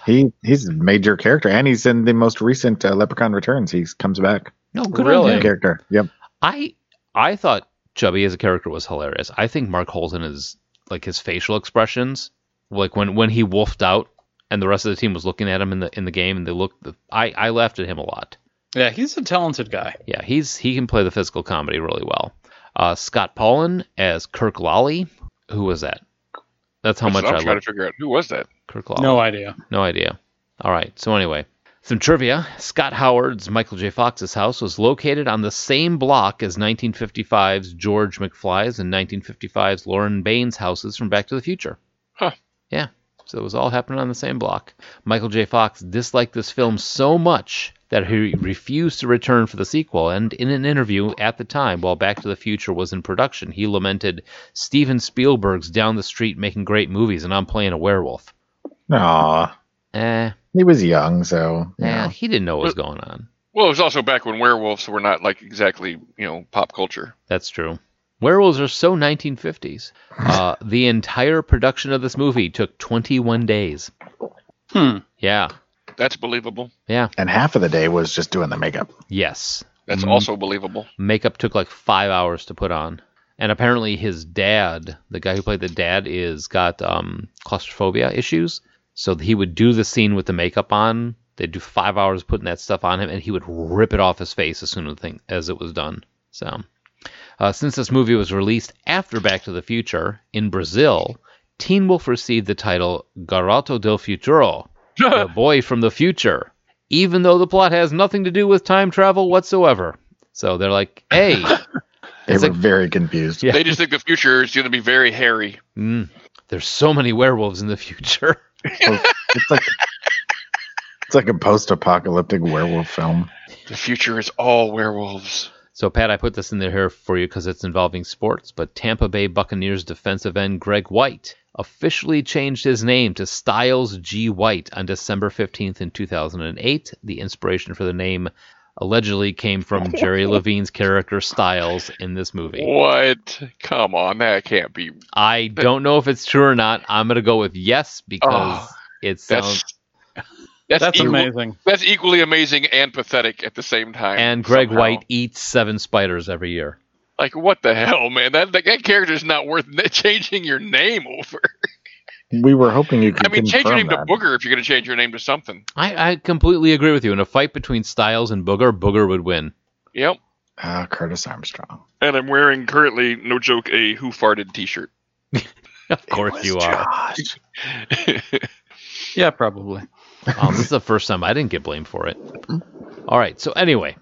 E: He he's a major character, and he's in the most recent uh, Leprechaun Returns. He comes back,
C: no, good
F: Really?
C: on him.
E: character. Yep.
C: I I thought Chubby as a character was hilarious. I think Mark Holton is like his facial expressions, like when when he wolfed out and the rest of the team was looking at him in the in the game and they looked. I I laughed at him a lot.
F: Yeah, he's a talented guy.
C: Yeah, he's he can play the physical comedy really well. Uh, Scott Pollan as Kirk Lolly. Who was that? That's how
D: That's
C: much
D: what I'm
C: I
D: trying
C: love
D: to figure out who was that.
C: Kirk Lolly.
F: No idea.
C: No idea. All right. So anyway, some trivia. Scott Howard's Michael J. Fox's house was located on the same block as 1955's George McFly's and 1955's Lauren Baines houses from Back to the Future.
D: Huh.
C: Yeah. So it was all happening on the same block. Michael J. Fox disliked this film so much that he refused to return for the sequel. And in an interview at the time, while Back to the Future was in production, he lamented Steven Spielberg's down the street making great movies, and I'm playing a werewolf.
E: Aw,
C: Eh,
E: he was young, so you
C: yeah,
E: know.
C: he didn't know what was going on.
D: Well, it was also back when werewolves were not like exactly you know pop culture.
C: That's true. Werewolves are so 1950s. Uh, the entire production of this movie took 21 days.
F: Hmm.
C: Yeah.
D: That's believable.
C: Yeah.
E: And half of the day was just doing the makeup.
C: Yes.
D: That's also believable.
C: Makeup took like five hours to put on. And apparently his dad, the guy who played the dad, is got um, claustrophobia issues. So he would do the scene with the makeup on. They'd do five hours putting that stuff on him, and he would rip it off his face as soon as, the thing, as it was done. So. Uh, since this movie was released after Back to the Future in Brazil, Teen Wolf received the title Garoto del Futuro, the boy from the future, even though the plot has nothing to do with time travel whatsoever. So they're like, hey,
E: They
C: It's
E: were
C: like-
E: very confused.
C: Yeah.
D: They just think the future is going to be very hairy.
C: mm, there's so many werewolves in the future.
E: It's like it's like a post-apocalyptic werewolf film.
D: The future is all werewolves.
C: So, Pat, I put this in there here for you because it's involving sports, but Tampa Bay Buccaneers defensive end Greg White officially changed his name to Styles G. White on December 15th in 2008. The inspiration for the name allegedly came from Jerry Levine's character Styles in this movie.
D: What? Come on, that can't be.
C: I don't know if it's true or not. I'm going to go with yes because
D: Oh,
C: it
D: That's
C: sounds.
D: that's
F: That's
D: equal-
F: amazing.
D: That's equally amazing and pathetic at the same time.
C: And Greg
D: somehow.
C: White eats seven spiders every year.
D: Like what the hell, man? That that, that character's not worth n- changing your name over.
E: We were hoping you could.
D: I mean, change your
E: confirm
D: name to
E: that.
D: Booger if you're going to change your name to something.
C: I, I completely agree with you. In a fight between Styles and Booger, Booger would win.
D: Yep.
E: Ah, Curtis Armstrong.
D: And I'm wearing currently, no joke, a Who Farted T-shirt.
C: Of course you are.
E: Gosh.
F: Yeah, probably.
C: Um, this is the first time I didn't get blamed for it. All right. So anyway,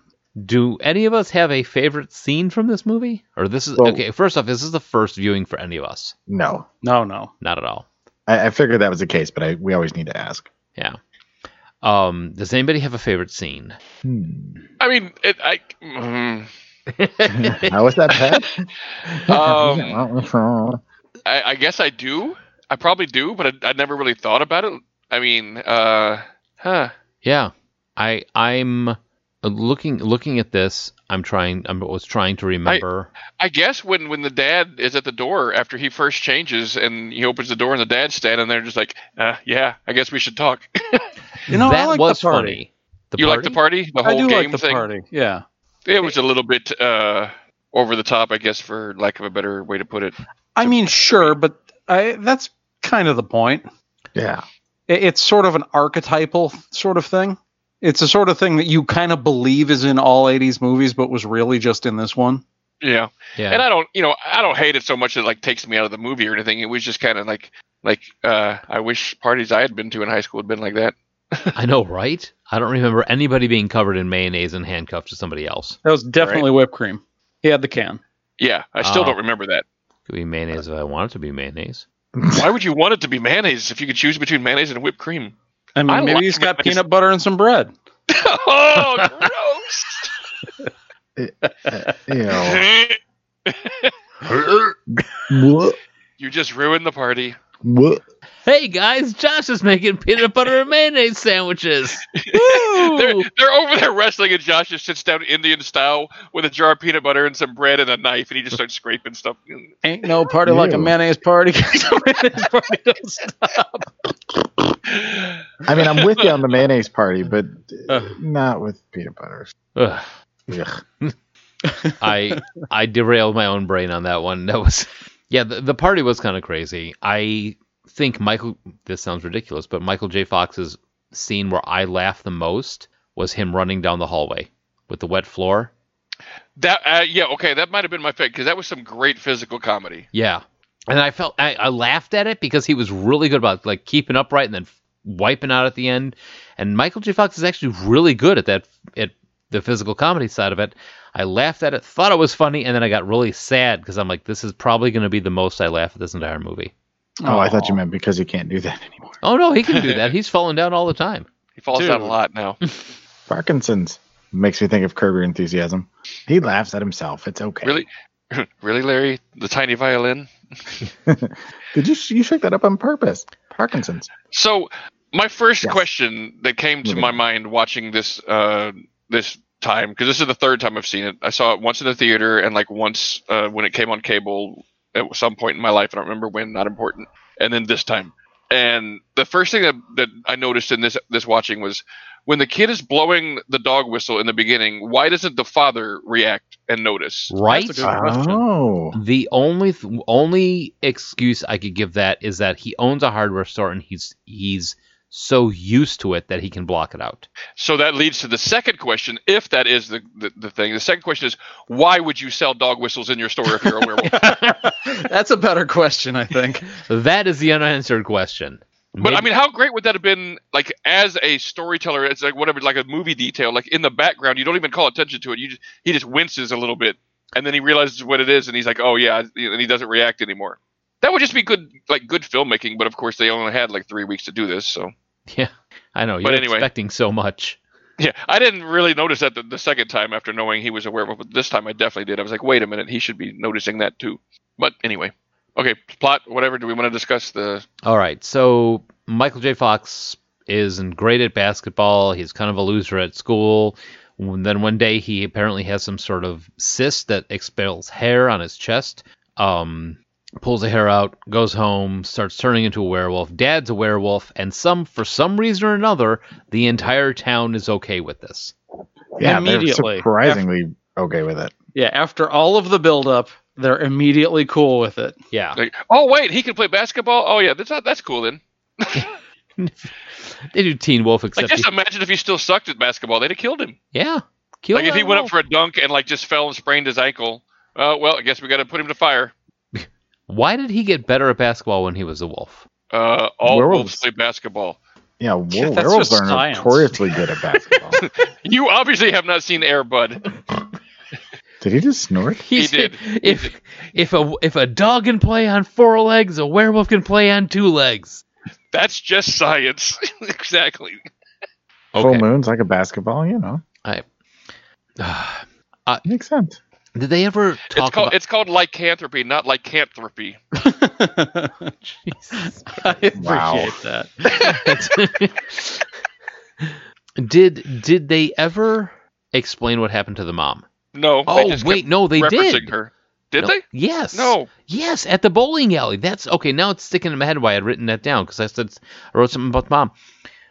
C: do any of us have a favorite scene from this movie? Or this is
E: Well-
C: okay. First off, this is the first viewing for any of us.
E: No,
F: No, no.
C: Not at all.
E: I, I figured that was the case, but I, we always need to ask.
C: Yeah. Um, does anybody have a favorite scene?
E: Hmm.
D: I mean, it, I. mm,
E: How was that, Pat?
D: Um,
F: Um,
D: I, I guess I do. I probably do, but I, I never really thought about it. I mean, uh, huh.
C: Yeah. I I'm looking looking at this. I'm trying. I was trying to remember.
D: I guess when, when the dad is at the door after he first changes and he opens the door and the dad's standing there just like, uh, yeah, I guess we should talk.
F: You know, I
C: that
F: like the
C: was
F: party.
C: funny. The
D: you like the party? The
F: I
D: whole
F: do
D: game
F: like the
D: thing?
F: party. Yeah.
D: It was a little bit uh, over the top, I guess, for lack of a better way to put it.
F: I mean, sure, but I that's kind of the point.
E: yeah.
F: It, it's sort of an archetypal sort of thing. It's the sort of thing that you kind of believe is in all 80s movies, but was really just in this one.
D: Yeah.
C: Yeah.
D: and I don't, you know, I don't hate it so much that it, like takes me out of the movie or anything. It was just kind of like, like uh, I wish parties I had been to in high school had been like that.
C: I know, right? I don't remember anybody being covered in mayonnaise and handcuffed to somebody else.
F: That was definitely whipped cream. He had the can.
D: Yeah, I still
F: Ah.
C: Oh.
D: don't remember that.
C: Could be mayonnaise if I wanted to be mayonnaise.
D: Why would you want it to be mayonnaise if you could choose between mayonnaise and whipped cream?
F: I mean,
D: I
F: maybe
D: like
F: he's got
D: mayonnaise.
F: peanut butter and some bread.
D: oh, gross!
E: Ew. What?
D: You just ruined the party.
E: What?
C: Hey guys, Josh is making peanut butter and mayonnaise sandwiches.
D: They're,
C: Woo!
D: they're over there wrestling, and Josh just sits down Indian style with a jar of peanut butter and some bread and a knife, and he just starts scraping stuff.
F: Ain't no party like a
E: Ew.
F: mayonnaise party. 'cause a mayonnaise party don't stop.
E: I mean, I'm with you on the mayonnaise party, but uh,
F: Uh.
E: not with peanut butter.
C: Ugh.
E: Ugh.
C: I I derailed my own brain on that one. That was yeah. The, the party was kind of crazy. I think Michael. This sounds ridiculous, but Michael J. Fox's scene where I laughed the most was him running down the hallway with the wet floor.
D: That uh, yeah, okay, that might have been my fake because that was some great physical comedy.
C: Yeah, and I felt I, I laughed at it because he was really good about like keeping upright and then wiping out at the end. And Michael J. Fox is actually really good at that at the physical comedy side of it. I laughed at it, thought it was funny, and then I got really sad because I'm like, this is probably going to be the most I laugh at this entire movie.
E: Oh, I thought you meant because you can't do that anymore.
C: Oh no, he can do that. He's falling down all the time.
D: He falls down a
F: Dude.
D: lot now.
E: Parkinson's makes me think of Curb Your Enthusiasm. He laughs at himself. It's okay.
D: Really, really, Larry, the tiny violin.
E: Did you you shook that up on purpose? Parkinson's.
D: So my first
E: Yes.
D: question that came to
E: Moving
D: my
E: on.
D: mind watching this uh, this time because this is the third time I've seen it. I saw it once in the theater and like once uh, when it came on cable at some point in my life. I don't remember when. Not important. And then this time. And the first thing that, that I noticed in this this watching was when the kid is blowing the dog whistle in the beginning. Why doesn't the father react and notice?
C: Right?
F: That's a good question.
E: Oh,
C: The only th- only excuse I could give that is that he owns a hardware store and he's he's so used to it that he can block it out.
D: So that leads to the second question, if that is the, the, the thing. The second question is, why would you sell dog whistles in your store if you're a werewolf?
F: Uh-huh. That's a better question, I think.
C: That is the unanswered question.
D: But I
C: Maybe-
D: mean, how great would that have been? Like as a storyteller, it's like whatever, like a movie detail, like in the background, you don't even call attention to it. You just he just winces a little bit, and then he realizes what it is, and he's like, oh yeah, and he doesn't react anymore. That would just be good, like good filmmaking. But of course, they only had like three weeks to do this, so
C: yeah, I know. You're
D: But anyway.
C: expecting so much.
D: yeah, I didn't really notice that the, the second time after knowing he was a werewolf, but this time I definitely did. I was like, wait a minute, he should be noticing that too. But anyway, okay, plot, whatever. Do we want to discuss the?
C: All right, so Michael J. Fox isn't great at basketball. He's kind of a loser at school. And then one day he apparently has some sort of cyst that expels hair on his chest. Um, pulls the hair out, goes home, starts turning into a werewolf. Dad's a werewolf, and some for some reason or another, the entire town is okay with this.
E: yeah,
F: Immediately.
E: they're surprisingly okay with it.
F: Yeah, after all of the buildup, they're immediately cool with it.
C: Yeah,
D: Like, oh wait, he can play basketball. Oh yeah, that's not, that's cool then.
C: they do Teen Wolf
D: Like,
C: except
D: just
C: he-
D: imagine if he still sucked at basketball, they'd have killed him.
C: yeah, kill
D: like, if he
C: that
D: went
C: wolf.
D: up for a dunk and like just fell and sprained his ankle. Uh, well, I guess we got to put him to fire.
C: Why did he get better at basketball when he was a wolf?
D: Uh, all
E: Werewolves.
D: wolves play basketball.
E: Yeah, wo-
F: Yeah, that's
E: werewolves
F: just
E: are
F: science.
E: notoriously good at basketball.
D: You obviously have not seen Air Bud.
E: Did he just snort?
C: He,
D: He
C: said,
D: did. He
C: If if a if a dog can play on four legs, a werewolf can play on two legs.
D: That's just science. exactly.
E: Full moon's like a basketball, you know.
C: I-
E: Makes sense.
C: Did they ever talk
D: It's called
C: about?
D: it's called lycanthropy, not lycanthropy.
F: I appreciate
E: Wow.
F: that.
C: did did they ever explain what happened to the mom?
D: No. they
C: Oh
D: just kept
C: wait, no, they
D: referencing
C: did.
D: her. Did
C: No-
D: they?
C: Yes.
D: No.
C: Yes, at the bowling alley. That's okay. Now it's sticking in my head why I had written that down because I said I wrote something about the mom.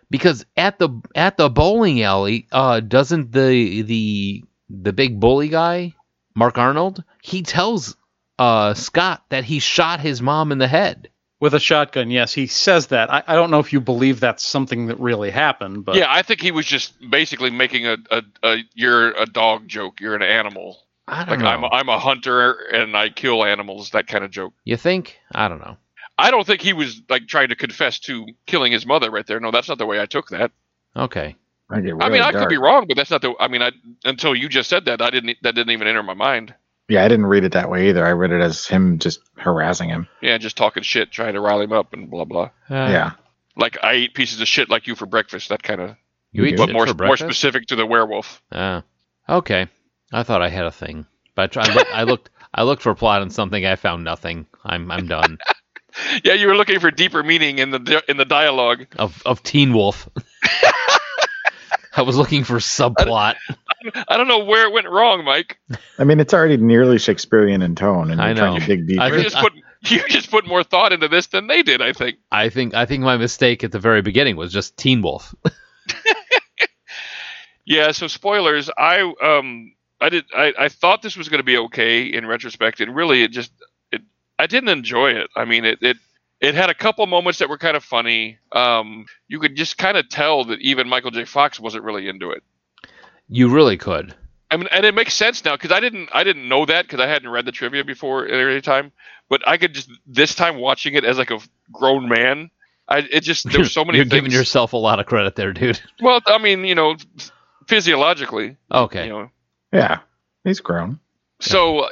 C: Because at the at the bowling alley, uh, doesn't the the the big bully guy, Mark Arnold, he tells uh, Scott that he shot his mom in the head.
F: With a shotgun, yes, he says that. I, I don't know if you believe that's something that really happened, but
D: Yeah, I think he was just basically making a, a, a you're a dog joke. You're an animal.
C: I don't
D: Like
C: know.
D: I'm a, I'm a hunter and I kill animals. That kind of joke.
C: you think? I don't know.
D: I don't think he was like trying to confess to killing his mother right there. No, that's not the way I took that.
C: Okay.
E: I, get really
D: I mean, I could be
E: dark.
D: wrong, but that's not the. I mean, I until you just said that, I didn't. That didn't even enter my mind.
E: Yeah, I didn't read it that way either. I read it as him just harassing him.
D: Yeah, just talking shit, trying to rile him up and blah blah.
C: Uh,
E: yeah.
D: Like I eat pieces of shit like you for breakfast. That kind of.
C: You eat
D: But
E: But
C: shit
D: more
C: for
D: more
C: breakfast? Uh,
D: specific to the werewolf.
C: Ah, okay. I thought I had a thing, but I, tried, I looked. I looked for plot on something. I found nothing. I'm I'm done.
D: Yeah, you were looking for deeper meaning in the di- in the dialogue.
C: of of Teen Wolf. I was looking for subplot.
D: I don't know where it went wrong, Mike.
E: I mean, it's already nearly Shakespearean in tone, and you're
C: I know.
E: trying to dig deeper.
C: I
D: You
C: think-
D: just put you just put more thought into this than they did. I think.
C: I think I think my mistake at the very beginning was just Teen Wolf.
D: Yeah, so spoilers. I um I did I, I thought this was gonna be okay in retrospect and really it just it I didn't enjoy it. I mean it it, it had a couple moments that were kind of funny. Um you could just kinda tell that even Michael J. Fox wasn't really into it.
C: You really could.
D: I mean, and it makes sense now because I didn't, I didn't know that because I hadn't read the trivia before at any time. But I could just this time watching it as like a grown man, I it just
C: You're-
D: there's so many
C: You're
D: things.
C: giving yourself a lot of credit there, dude.
D: well, I mean, you know, physiologically,
C: Okay.
D: you know,
E: yeah, he's grown.
D: So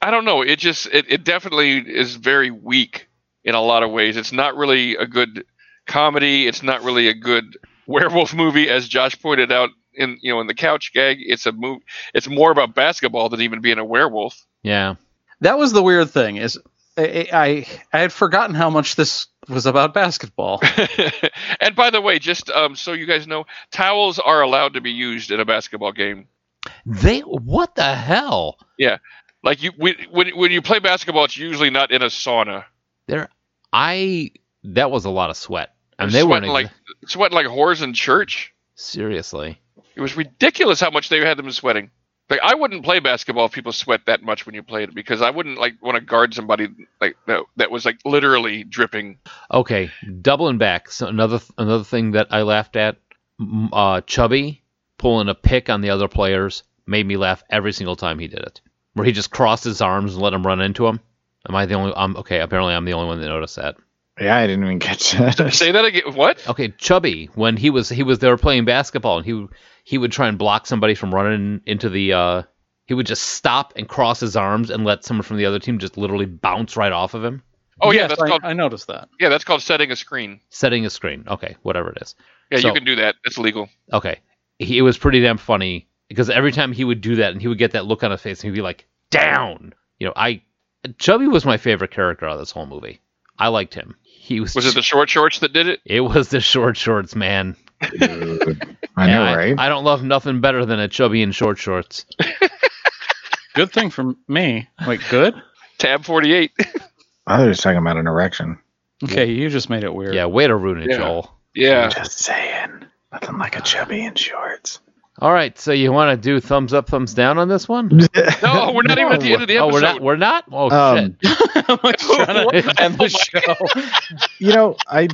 D: I don't know. It just it, it definitely is very weak in a lot of ways. It's not really a good comedy. It's not really a good werewolf movie, as Josh pointed out in you know in the couch gag. It's a move. It's more about basketball than even being a werewolf.
C: Yeah.
F: That was the weird thing is I I, I had forgotten how much this was about basketball.
D: and by the way, just um, so you guys know, towels are allowed to be used in a basketball game.
C: They what the hell?
D: Like you, we, when when you play basketball, it's usually not in a sauna.
C: They're I that was a lot of sweat. And
D: They're
C: they weren't
D: sweating
C: exa-
D: like sweating like whores in church.
C: seriously.
D: It was ridiculous how much they had them sweating. Like I wouldn't play basketball if people sweat that much when you played it because I wouldn't like want to guard somebody like that, that was like literally dripping.
C: Okay, doubling back. So another another thing that I laughed at, m- uh, Chubby pulling a pick on the other players made me laugh every single time he did it. Where he just crossed his arms and let him run into him. Am I the only? Um, okay, apparently I'm the only one that noticed that.
E: Yeah, I didn't even catch that.
D: Say that again. What?
C: Okay, Chubby when he was he was they were playing basketball and he would- he would try and block somebody from running into the. Uh, he would just stop and cross his arms and let someone from the other team just literally bounce right off of him.
D: Oh yeah,
F: Yes,
D: that's
F: I,
D: called
F: I noticed that.
D: yeah, that's called setting a screen.
C: Setting a screen. Okay, whatever it is.
D: Yeah,
C: So-
D: you can do that. That's legal.
C: Okay. He, it was pretty damn funny because every time he would do that and he would get that look on his face and he'd be like, down. You know, I. Chubby was my favorite character out of this whole movie. I liked him. He was.
D: Was it the short shorts that did it?
C: It was the short shorts, man.
E: Dude, I know,
C: And I,
E: right?
C: I don't love nothing better than a chubby in short shorts.
F: Good thing for me. Wait, good?
D: Tab forty eight.
E: I was just talking about an erection.
F: Okay, you just made it weird.
C: Yeah, way to ruin it,
D: Yeah.
C: Joel.
D: yeah. Uh,
E: Just saying, nothing like a chubby in shorts.
C: All right, so you want to do thumbs up, thumbs down on this one?
D: No, we're not even at the end of the
C: oh,
D: episode.
C: we're not. We're not. Oh
E: Um,
C: shit!
F: I'm like trying to
D: Oh
F: end the show.
E: you know, I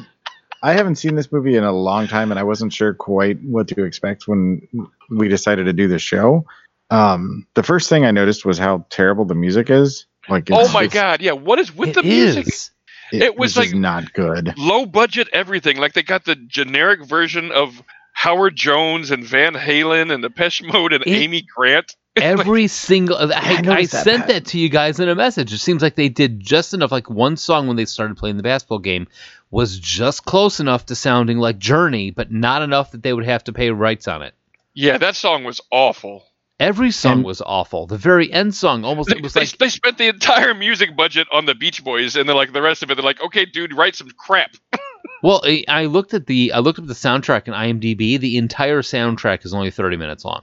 E: I haven't seen this movie in a long time, and I wasn't sure quite what to expect when we decided to do the show. Um, the first thing I noticed was how terrible the music is. Like,
D: oh
E: it's-
D: my
E: it's-
D: god. Yeah. What is with
C: It
D: the music?
C: is.
D: it was
E: it's just
D: like-
E: not good.
D: Low budget everything. Like they got the generic version of Howard Jones and Van Halen and the Pesh Mode and
C: It-
D: Amy Grant.
C: Every single, I,
E: I
C: I,
E: noticed that,
C: sent
E: Pat.
C: that to you guys in a message. It seems like they did just enough. Like one song when they started playing the basketball game was just close enough to sounding like Journey, but not enough that they would have to pay rights on it.
D: Yeah, that song was awful.
C: Every song
E: And-
C: was awful. The very end song almost
D: They,
C: it was
D: they-
C: like
D: they spent the entire music budget on the Beach Boys, and then like the rest of it, they're like, okay, dude, write some crap.
C: Well, I, I looked at the I looked up the soundtrack in IMDb. The entire soundtrack is only thirty minutes long.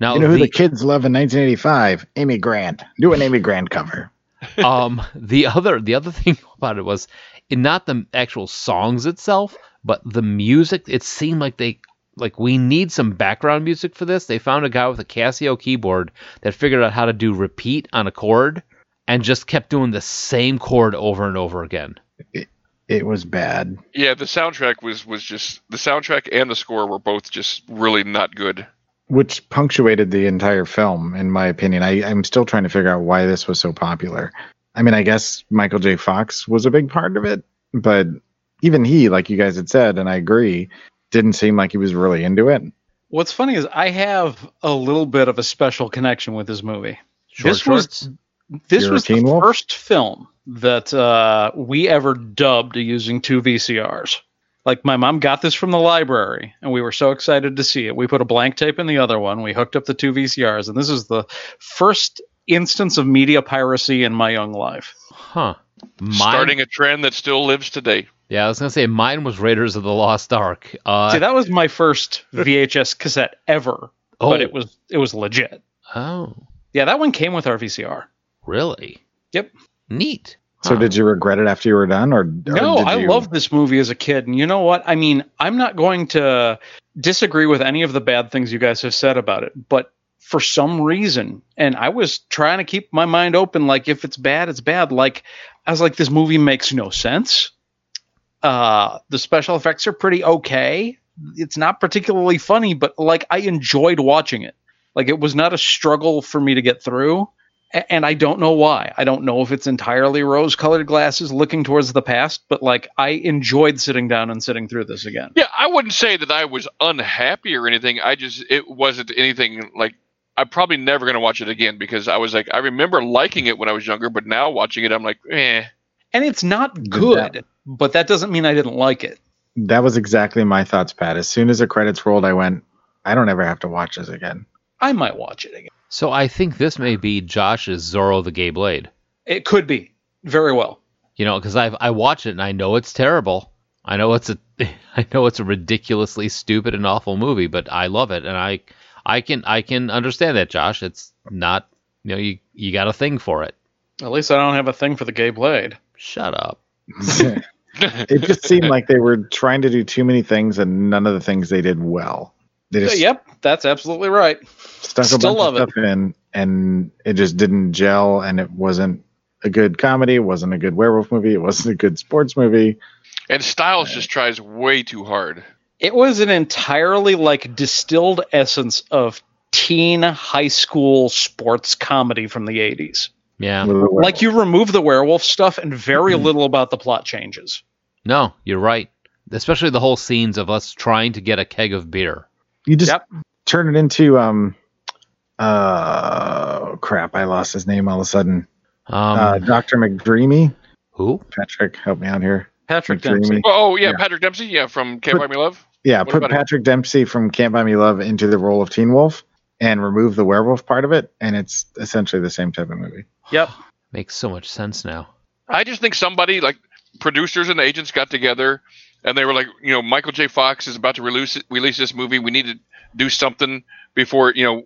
C: Now,
E: You know who the
C: the,
E: kids love in 1985? Amy Grant. Do an Amy Grant cover.
C: um, the other the other thing about it was in not the actual songs itself, but the music. It seemed like they like we need some background music for this. They found a guy with a Casio keyboard that figured out how to do repeat on a chord and just kept doing the same chord over and over again.
E: It was bad.
D: Yeah, the soundtrack was was just the soundtrack and the score were both just really not good.
E: which punctuated the entire film, in my opinion. I, I'm still trying to figure out why this was so popular. I mean, I guess Michael J. Fox was a big part of it, but even he, like you guys had said, and I agree, didn't seem like he was really into it.
F: What's funny is I have a little bit of a special connection with this movie.
C: Short
F: This was-
C: shorts?
F: This
E: You're a
F: was the
E: Teen Wolf?
F: first film that uh, we ever dubbed using two VCRs. Like my mom got this from the library, and we were so excited to see it. We put a blank tape in the other one. We hooked up the two VCRs, and this is the first instance of media piracy in my young life.
C: Huh. Mine,
D: starting a trend that still lives today.
C: yeah, I was gonna say mine was Raiders of the Lost Ark. Uh,
F: See, that was my first VHS cassette ever,
C: oh,
F: but it was it was legit.
C: oh,
F: Yeah, that one came with our VCR.
C: really?
F: Yep.
C: Neat.
E: So
C: Huh.
E: did you regret it after you were done, or, or
F: No,
E: did
F: I
E: you-
F: loved this movie as a kid. And you know what? I mean, I'm not going to disagree with any of the bad things you guys have said about it, but for some reason, and I was trying to keep my mind open, like if it's bad, it's bad. Like I was like, this movie makes no sense. Uh, the special effects are pretty okay. It's not particularly funny, but like I enjoyed watching it. Like it was not a struggle for me to get through. A- and I don't know why. I don't know if it's entirely rose colored glasses looking towards the past, but like I enjoyed sitting down and sitting through this again.
D: Yeah, I wouldn't say that I was unhappy or anything. I just it wasn't anything like I'm probably never gonna watch it again because I was like I remember liking it when I was younger, but now watching it I'm like, eh.
F: And it's not good, but that doesn't mean I didn't like it.
E: That was exactly my thoughts, Pat. As soon as the credits rolled, I went, I don't ever have to watch this again.
F: I might watch it again.
C: So I think this may be Josh's Zorro the Gay Blade.
F: It could be very well.
C: You know, because I I watch it and I know it's terrible. I know it's a I know it's a ridiculously stupid and awful movie, but I love it and I I can I can understand that, Josh. It's not you know you you got a thing for it.
F: At least I don't have a thing for the gay blade.
C: Shut up.
E: it just seemed like they were trying to do too many things, and none of the things they did well. They just
F: yep, that's absolutely right.
E: stuck a
F: Still
E: bunch of
F: love it.
E: stuff in, and it just didn't gel. And it wasn't a good comedy. It wasn't a good werewolf movie. It wasn't a good sports movie.
D: And Styles just tries way too hard.
F: It was an entirely like distilled essence of teen high school sports comedy from the 80s.
C: Yeah.
E: with a werewolf.
F: Like you remove the werewolf stuff and very little about the plot changes.
C: No, you're right. Especially the whole scenes of us trying to get a keg of beer.
E: you just
F: Yep.
E: turn it into um, uh, crap. I lost his name all of a sudden.
C: Um,
E: uh, Doctor McDreamy.
C: who?
E: Patrick, help me out here.
F: Patrick Dempsey.
E: McDreamy.
D: Oh, oh, yeah,
E: Yeah.
D: Patrick Dempsey, yeah, from Can't Buy Me Love.
E: Yeah,
D: What
E: put
D: about him?
E: Patrick Dempsey from Can't Buy Me Love into the role of Teen Wolf and remove the werewolf part of it, and it's essentially the same type of movie.
F: Yep.
C: Makes so much sense now.
D: I just think somebody like producers and agents got together and they were like, you know, Michael J. Fox is about to release release this movie. We need to do something before you know,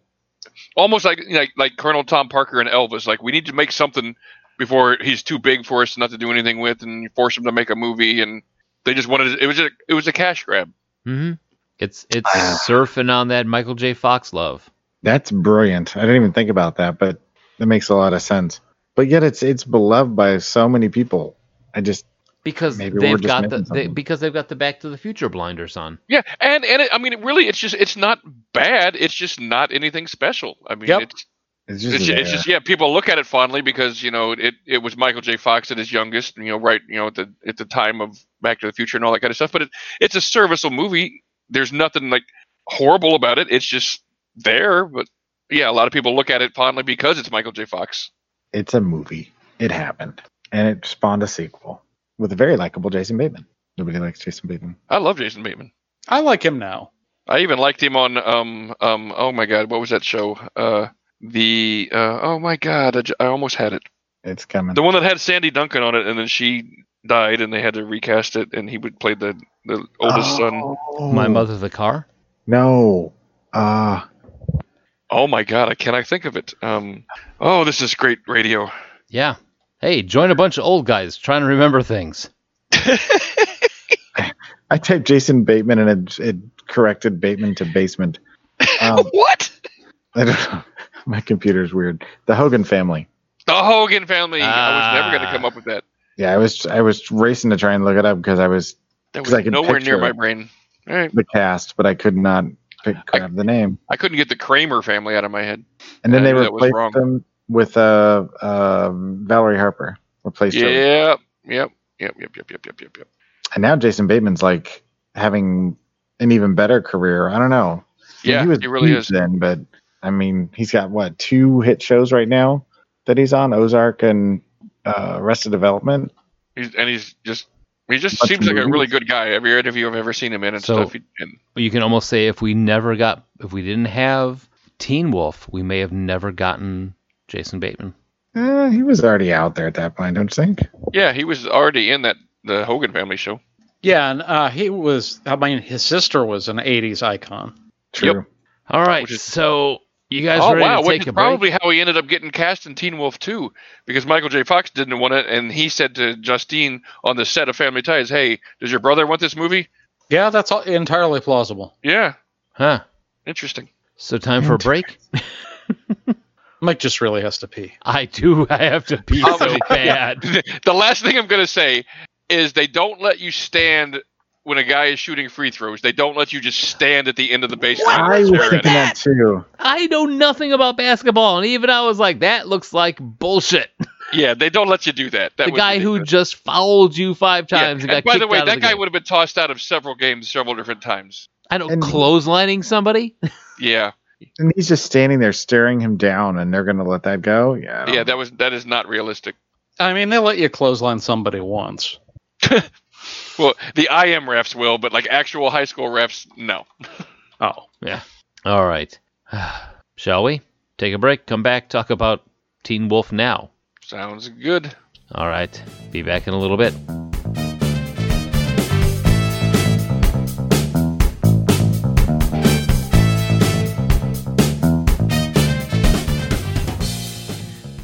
D: almost like like like Colonel Tom Parker and Elvis. Like we need to make something before he's too big for us not to do anything with, and you force him to make a movie. And they just wanted it was a it was a cash grab.
C: hmm It's it's surfing on that Michael J. Fox love.
E: That's brilliant. I didn't even think about that, but that makes a lot of sense. But yet, it's it's beloved by so many people. I just
C: Because
E: Maybe we're
C: they've
E: just
C: got the
E: missing
C: they,
E: something.
C: because they've got the Back to the Future blinders on.
D: Yeah, and and it, I mean, it really, it's just it's not bad. It's just not anything special. I mean,
F: Yep.
D: it's
E: it's just,
D: it's,
E: there.
D: it's just yeah, people look at it fondly because you know it, it was Michael J. Fox at his youngest, you know, right, you know, at the at the time of Back to the Future and all that kind of stuff. But it, it's a serviceable movie. There's nothing like horrible about it. It's just there. But yeah, a lot of people look at it fondly because it's Michael J. Fox.
E: it's a movie. It happened, and it spawned a sequel with a very likable Jason Bateman. Nobody likes Jason Bateman.
D: I love Jason Bateman.
F: I like him now.
D: I even liked him on um um oh my god, what was that show? Uh, the uh, oh my god, I, j- I almost had it.
E: It's coming.
D: The one that had Sandy Duncan on it, and then she died, and they had to recast it, and he would play the the oldest
E: Oh.
D: son.
C: Oh.
E: Hmm.
C: My mother, the car.
E: No. Uh
D: Oh my god, I cannot think of it. Um, oh, this is great radio.
C: Yeah. Hey, join a bunch of old guys trying to remember things.
E: I typed Jason Bateman and it, it corrected Bateman to basement. Um,
D: what?
E: I don't know. My computer's weird. The Hogan family.
D: The Hogan family. I was never going
C: Ah.
D: to come up with that.
E: Yeah, I was I was racing to try and look it up because I was
D: That
E: 'Cause I
D: was
E: can
D: nowhere
E: picture
D: near my
E: it.
D: brain. All right,
E: the cast, but I could not pick, grab the name.
D: I couldn't get the Kramer family out of my head.
E: And then
D: I
E: they
D: knew that was wrong.
E: replaced them with uh, uh, Valerie Harper. Replaced her,
D: Yep, yep, yep, yep, yep, yep, yep, yep, yep.
E: and now Jason Bateman's like having an even better career. I don't know.
D: Yeah, he, really
E: huge
D: is.
E: Then, but I mean, he's got what two hit shows right now that he's on Ozark and uh, Arrested Development.
D: He's, and he's just. He just
E: Bunch
D: seems
E: of
D: like a really
E: movies.
D: good guy. Every interview I've ever seen him in and
C: So-
D: stuff. He, and
C: You can almost say if we never got if we didn't have Teen Wolf, we may have never gotten Jason Bateman.
E: Eh, he was already out there at that point, don't you think?
D: Yeah, he was already in that the Hogan Family show.
F: Yeah, and uh, he was. I mean, his sister was an '80s icon.
E: True.
C: All right,
D: Which is-
C: so you guys
D: oh
C: ready
D: wow,
C: to
D: which
C: take
D: is
C: a break?
D: probably how he ended up getting cast in Teen Wolf 2 because Michael J. Fox didn't want it, and he said to Justine on the set of Family Ties, "Hey, does your brother want this movie?"
F: Yeah, that's all, entirely plausible.
D: Yeah,
C: Huh.
D: interesting.
C: So time for a break.
F: Mike just really has to pee.
C: I do. I have to pee
D: Oh,
C: so
D: yeah.
C: bad.
D: the last thing I'm gonna say is they don't let you stand when a guy is shooting free throws. They don't let you just stand at the end of the baseline.
E: I
D: and
E: was
D: stare at
E: thinking
D: it.
E: that too.
C: I know nothing about basketball, and even I was like, "That looks like bullshit."
D: Yeah, they don't let you do that. that
C: the
D: was
C: guy who
D: ridiculous.
C: just fouled you five
D: Yeah,
C: times and got
D: and by
C: kicked
D: the way,
C: out
D: that
C: of the
D: guy
C: game.
D: would have been tossed out of several games several different times.
C: I don't
E: And-
C: clotheslining somebody.
D: Yeah,
E: And he's just standing there staring him down, and they're going to let that go? Yeah. I don't
C: Oh.
D: yeah, that was that is not realistic.
F: I mean, they let you clothesline somebody once.
D: Well, the IM refs will, but like actual high school refs, no.
F: Oh,
C: All right, shall we take a break? Come back, talk about Teen Wolf now.
D: Sounds good.
C: All right, be back in a little bit.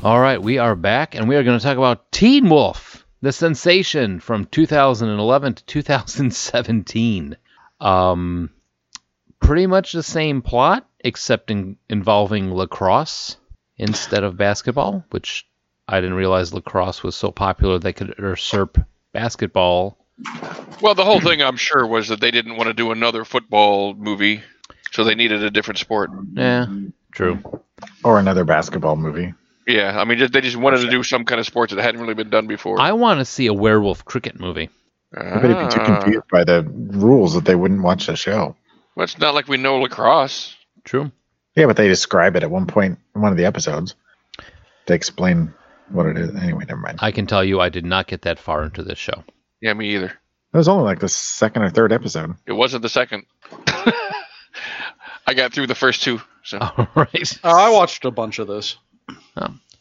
C: All right, we are back and we are going to talk about Teen Wolf, the sensation from 2011 to 2017. Um, pretty much the same plot, except in, involving lacrosse instead of basketball, which I didn't realize lacrosse was so popular they could usurp basketball.
D: Well, the whole thing I'm sure was that they didn't want to do another football movie, so they needed a different sport.
C: Yeah, true.
E: Or another basketball movie.
D: Yeah, I mean they just wanted to do some kind of sport that hadn't really been done before.
C: I want to see a werewolf cricket movie.
E: I bet he'd be too
D: Ah.
E: confused by the rules that they wouldn't watch the show.
D: Well, it's not like we know lacrosse.
C: True.
E: Yeah, but they describe it at one point in one of the episodes. They explain what it is. Anyway, never mind.
C: I can tell you I did not get that far into this show.
D: Yeah, me either.
E: It was only like the second or third episode.
D: It wasn't the second. I got through the first two. So
C: All right.
F: Oh, I watched a bunch of this.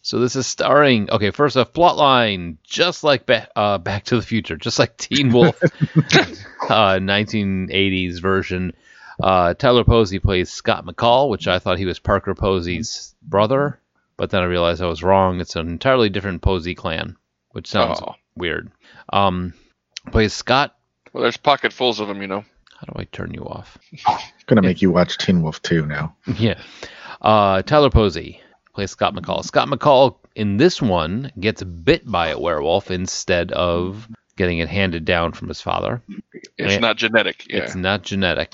C: So this is starring. Okay, first off, plotline just like ba- uh, Back to the Future, just like Teen Wolf, uh, 1980s version. Uh, Tyler Posey plays Scott McCall, which I thought he was Parker Posey's brother, but then I realized I was wrong. It's an entirely different Posey clan, which sounds
D: Oh.
C: weird. Um, plays Scott.
D: well, there's pocketfuls of them, you know.
C: How do I turn you off?
E: Gonna make you watch Teen Wolf 2 now.
C: Yeah. Uh, Tyler Posey plays Scott McCall. Scott McCall in this one gets bit by a werewolf instead of getting it handed down from his father.
D: It's
C: Yeah.
D: not genetic. Yeah.
C: It's not genetic.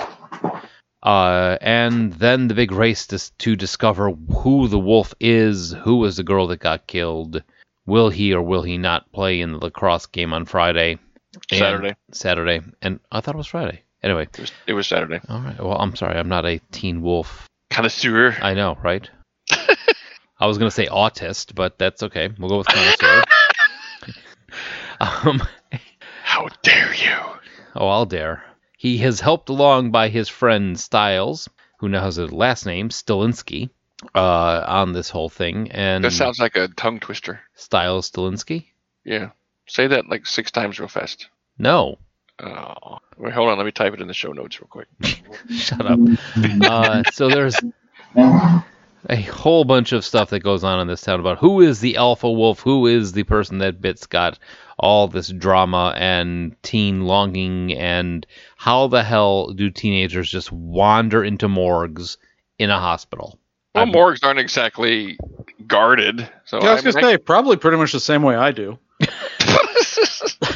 C: Uh, and then the big race to, to discover who the wolf is, who was the girl that got killed, will he or will he not play in the lacrosse game on Friday? and-
D: Saturday.
C: Saturday. And I thought it was Friday. Anyway,
D: It was, it was Saturday.
C: all right. Well, I'm sorry. I'm not a teen wolf
D: Connoisseur.
C: I know, right? I was gonna say autist, but that's okay. We'll go with connoisseur. um,
D: How dare you?
C: oh, I'll dare. He is helped along by his friend Styles, who now has a last name Stilinski, uh, on this whole thing. And
D: That sounds like a tongue twister.
C: Styles Stilinski?
D: Yeah. Say that like six times real fast.
C: No,
D: Oh. Wait, hold on. Let me type it in the show notes real quick.
C: shut up. uh, so there's a whole bunch of stuff that goes on in this town about who is the alpha wolf, who is the person that bit Scott, all this drama and teen longing, and how the hell do teenagers just wander into morgues in a hospital?
D: Well,
C: I'm-
D: morgues aren't exactly guarded. So
F: yeah, Oh, I was
D: mean,
F: gonna say probably pretty much the same way I do.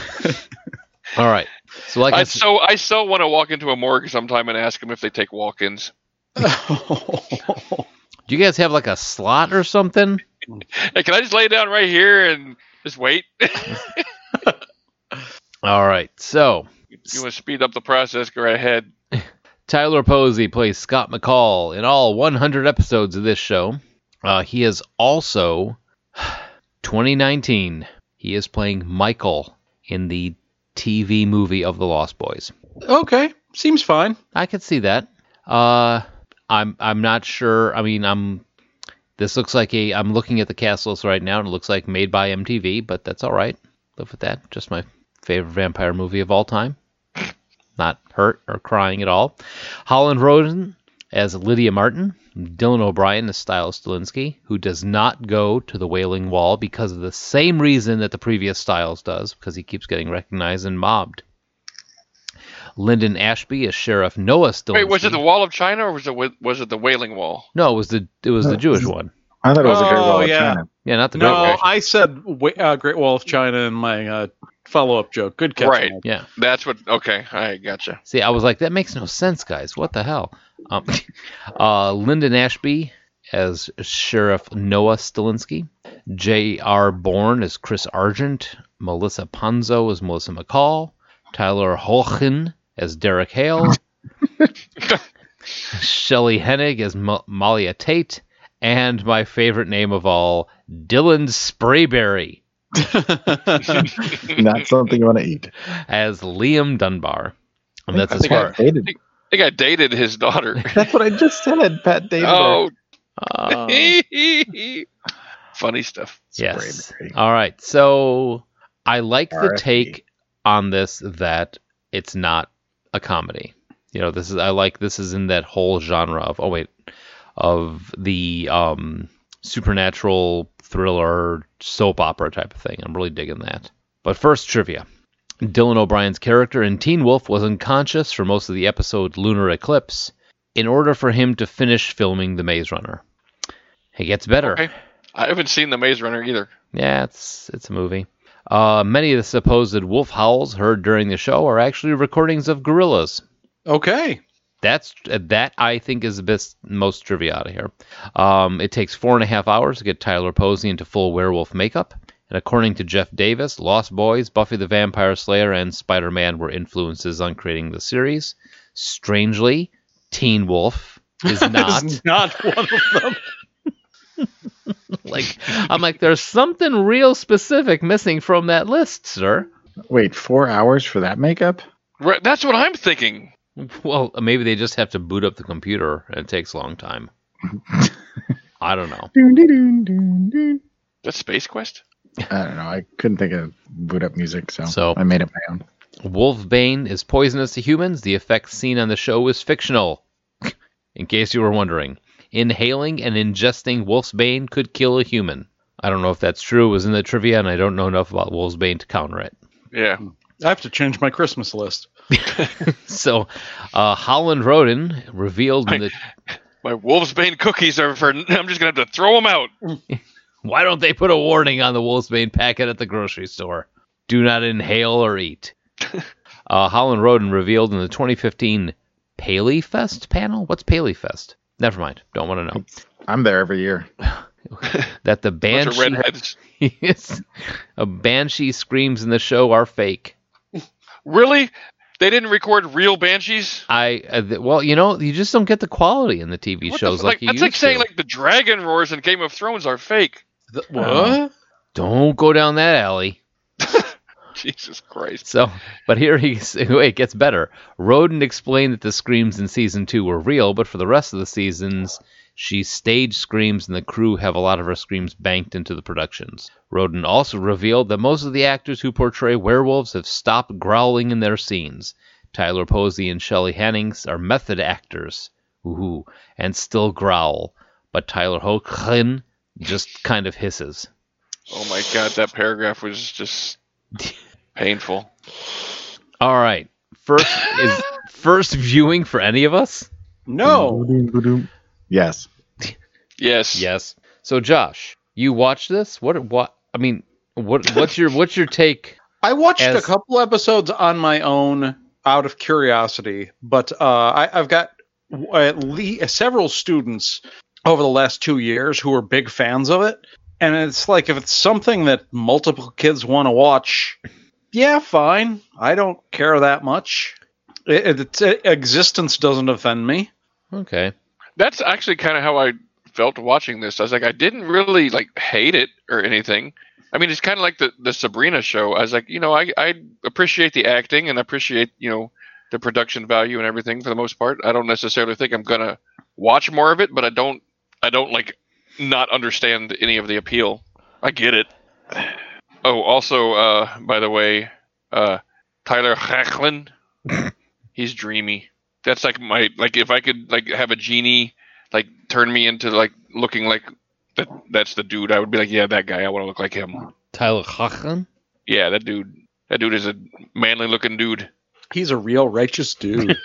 C: All right. So like I,
D: I
C: s-
D: so I so want to walk into a morgue sometime and ask them if they take walk-ins.
C: do you guys have like a slot or something?
D: Hey, can I just lay down right here and just wait? you
C: All right. So
D: want to speed up the process? Go right ahead.
C: Tyler Posey plays Scott McCall in all 100 episodes of this show. Uh, he is also 2019. He is playing Michael in the TV movie of The Lost Boys.
F: okay, seems fine.
C: I could see that. Uh, I'm I'm not sure. I mean, I'm This looks like a. I'm looking at the cast list right now, and it looks like made by MTV, but that's all right. Live with that. Just my favorite vampire movie of all time. Not hurt or crying at all. Holland Rosen as Lydia Martin. Dylan O'Brien as Styles Stilinski, who does not go to the Wailing Wall because of the same reason that the previous Styles does, because he keeps getting recognized and mobbed. Lyndon Ashby as Sheriff Noah Stilinski.
D: Wait, was it the Wall of China or was it wa- was it the Wailing Wall?
C: No, it was the it was the Jewish one.
E: I thought it was a great
F: Oh,
E: wall of
F: yeah.
E: China.
C: Yeah, not the
F: no,
C: Great Wall.
F: I said wa- uh, Great Wall of China in my uh, follow-up joke. Good catch.
D: Right.
F: Mike.
C: Yeah.
D: That's what. Okay, I gotcha.
C: See, I was like, that makes no sense, guys. What the hell? Um, uh, Lyndon Ashby as Sheriff Noah Stilinski. J.R. Bourne as Chris Argent. Melissa Ponzo as Melissa McCall. Tyler Holchin as Derek Hale. Shelley Hennig as Mo- Malia Tate. And my favorite name of all, Dylan Sprayberry
E: Not something you want to eat.
C: as Liam Dunbar. And that's
E: I
C: as
E: think
C: far.
E: I dated-
D: I think I dated his daughter.
E: That's what I just said. Pat dated. her.
D: oh,
C: Uh,
D: funny stuff.
C: Yes.
E: Sprayberry.
C: All right. So I like the
E: RFP.
C: take on this that it's not a comedy. You know, this is I like this is in that whole genre of oh wait of the um supernatural thriller soap opera type of thing. I'm really digging that. But first trivia. Dylan O'Brien's character in Teen Wolf was unconscious for most of the episode Lunar Eclipse in order for him to finish filming The Maze Runner. It gets better.
D: Okay. I haven't seen the Maze Runner either.
C: Yeah, it's it's a movie. Uh, many of the supposed wolf howls heard during the show are actually recordings of gorillas.
F: Okay.
C: That's that I think is the best most trivia out of here. Um, it takes four and a half hours to get Tyler Posey into full werewolf makeup, and according to Jeff Davis, Lost Boys, Buffy the Vampire Slayer, and Spider Man were influences on creating the series. Strangely, Teen Wolf is not.
F: It's not one of them.
C: like I'm like, there's something real specific missing from that list, sir.
E: Wait, four hours for that makeup?
D: Right, that's what I'm thinking.
C: Well, maybe they just have to boot up the computer and it takes a long time. I don't know.
E: Dun, dun, dun, dun, dun.
D: That's Space Quest.
E: I don't know. I couldn't think of boot up music, so,
C: So-
E: I made up my own.
C: Wolfbane is poisonous to humans. The effect seen on the show is fictional. In case you were wondering, inhaling and ingesting wolfsbane could kill a human. I don't know if that's true. It was in the trivia, and I don't know enough about wolfsbane to counter it.
D: Yeah.
F: I have to change my Christmas list.
C: So, uh, Holland Roden revealed in the
D: My Wolvesbane cookies are for. I'm just gonna have to throw them out.
C: Why don't they put a warning on the Wolfsbane packet at the grocery store? Do not inhale or eat. uh, Holland Roden revealed in the 2015 Paleyfest panel. What's Paleyfest? Never mind. Don't want to know.
E: I'm there every year.
C: That the
D: Bunch of
C: banshee,
D: redheads.
C: Yes. a banshee screams in the show are fake.
D: Really? They didn't record real banshees.
C: I uh, th- well, you know, you just don't get the quality in the TV
D: What the
C: shows
D: f-
C: like, you
D: that's like
C: used
D: saying
C: to.
D: like the dragon roars in Game of Thrones are fake.
F: The- what?
E: Oh.
C: Don't go down that alley.
D: Jesus Christ.
C: So, but here he wait, it gets better. Roden explained that the screams in season two were real, but for the rest of the seasons, she staged screams, and the crew have a lot of her screams banked into the productions. Roden also revealed that most of the actors who portray werewolves have stopped growling in their scenes. Tyler Posey and Shelley Hannings are method actors, ooh, and still growl, but Tyler Hoechlin just kind of hisses.
D: Oh my God, that paragraph was just painful.
C: All right, first is first viewing for any of us.
F: No.
E: Yes.
D: Yes.
C: Yes. So Josh, you watched this? What what I mean, what what's your what's your take?
F: I watched
C: As-
F: a couple episodes on my own out of curiosity, but uh, I, I've got w- at least several students over the last two years who are big fans of it. And it's like if it's something that multiple kids want to watch, yeah, fine. I don't care that much. It, it, it's- it- existence doesn't offend me.
C: Okay.
D: That's actually kind of how I felt watching this. I was like, I didn't really like hate it or anything. I mean, it's kind of like the the Sabrina show. I was like, you know, I I appreciate the acting and appreciate you know the production value and everything for the most part. I don't necessarily think I'm gonna watch more of it, but I don't I don't like not understand any of the appeal. I get it. Oh, also, uh, by the way, uh, Tyler Hecklin, he's dreamy. That's like my like if I could like have a genie like turn me into like looking like that. That's the dude. I would be like, yeah, that guy. I want to look like him.
C: Tyler Hoechlin?
D: Yeah, that dude. That dude is a manly looking dude.
F: He's a real righteous dude.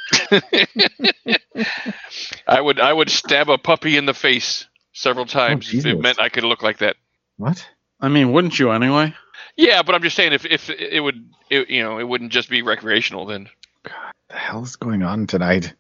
D: I would I would stab a puppy in the face several times if
E: Jesus.
D: it meant I could look like that.
E: What?
F: I mean, wouldn't you anyway?
D: Yeah, but I'm just saying if if it would it, you know it wouldn't just be recreational then.
E: The hell is going on tonight?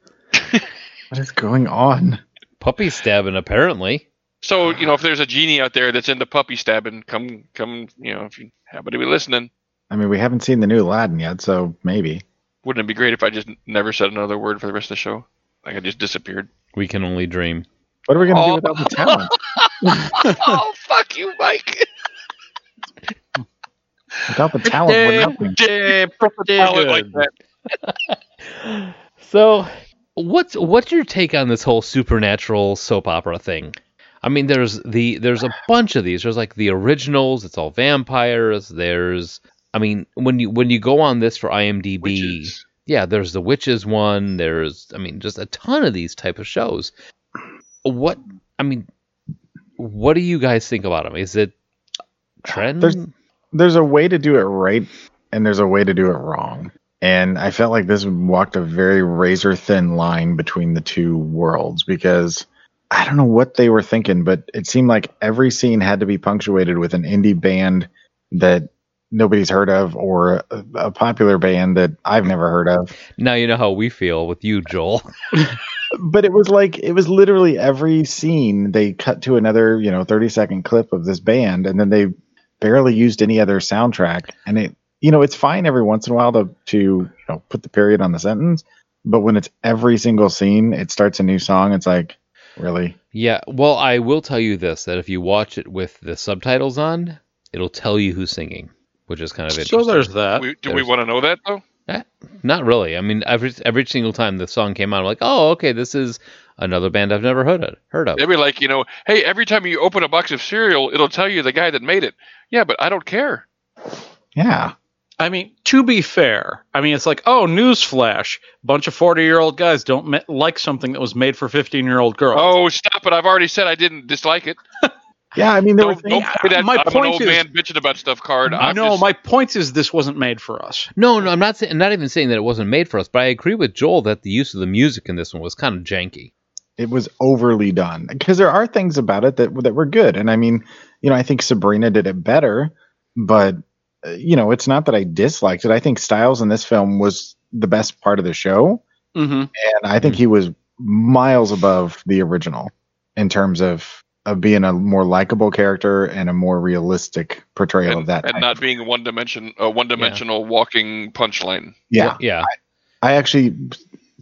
E: what is going on?
C: Puppy stabbing, apparently.
D: So you know if there's a genie out there that's into puppy stabbing, come come you know if you happen to be listening,
E: I mean, we haven't seen the new Aladdin yet, so maybe.
D: wouldn't it be great if I just never said another word for the rest of the show? Like I just disappeared.
C: We can only dream.
E: What are we going to
D: Oh.
E: do without the talent?
D: oh fuck you, Mike!
E: Without the talent, we're nothing.
D: I would like that.
C: So, what's what's your take on this whole supernatural soap opera thing? I mean, there's the there's a bunch of these. There's like the originals. It's all vampires. There's, I mean, when you when you go on this for IMDb,
D: Witches.
C: yeah, there's the witches one. There's, I mean, just a ton of these type of shows. What I mean, what do you guys think about them? Is it trend?
E: There's- There's a way to do it right, and there's a way to do it wrong. And I felt like this walked a very razor thin line between the two worlds because I don't know what they were thinking, but it seemed like every scene had to be punctuated with an indie band that nobody's heard of or a, a popular band that I've never heard of.
C: now you know how we feel with you, Joel.
E: but it was like it was literally every scene they cut to another you know 30 second clip of this band and then they barely used any other soundtrack and it you know it's fine every once in a while to to you know put the period on the sentence but when it's every single scene it starts a new song it's like really
C: Yeah, well, I will tell you this that if you watch it with the subtitles on, it'll tell you who's singing, which is kind of
F: So
C: interesting.
F: there's that.
D: We, do we
C: There's-
D: want to know that though?
C: Not really. I mean, every every single time the song came on, I'm like, oh, okay, this is another band I've never heard of. Heard of.
D: They'd be like, you know, hey, every time you open a box of cereal, it'll tell you the guy that made it. Yeah, but I don't care.
E: yeah
F: I mean, to be fair, I mean, it's like, oh, newsflash. Bunch of 40 year old guys don't ma- like something that was made for 15 year old girls.
D: Oh, stop it! I've already said I didn't dislike it.
E: yeah i mean there were
D: Don't,
E: things,
D: don't play that
F: My
D: I'm an
F: point
D: old
F: is-
D: man bitching about stuff card.
F: I
D: I'm
F: know.
D: just-
F: My point is, this wasn't made for us.
C: No, no, I'm not saying, not even saying that it wasn't made for us, but I agree with Joel that the use of the music in this one was kind of janky.
E: it was overly done because there are things about it that that were good and i mean you know i think sabrina did it better but uh, you know it's not that i disliked it i think styles in this film was the best part of the show
F: Mm-hmm.
E: and i think he was miles above the original in terms of of being a more likable character and a more realistic portrayal of
D: and,
E: that
D: and
E: type.
D: not being one dimension, a one dimensional walking punchline.
E: yeah
C: Yeah.
E: i actually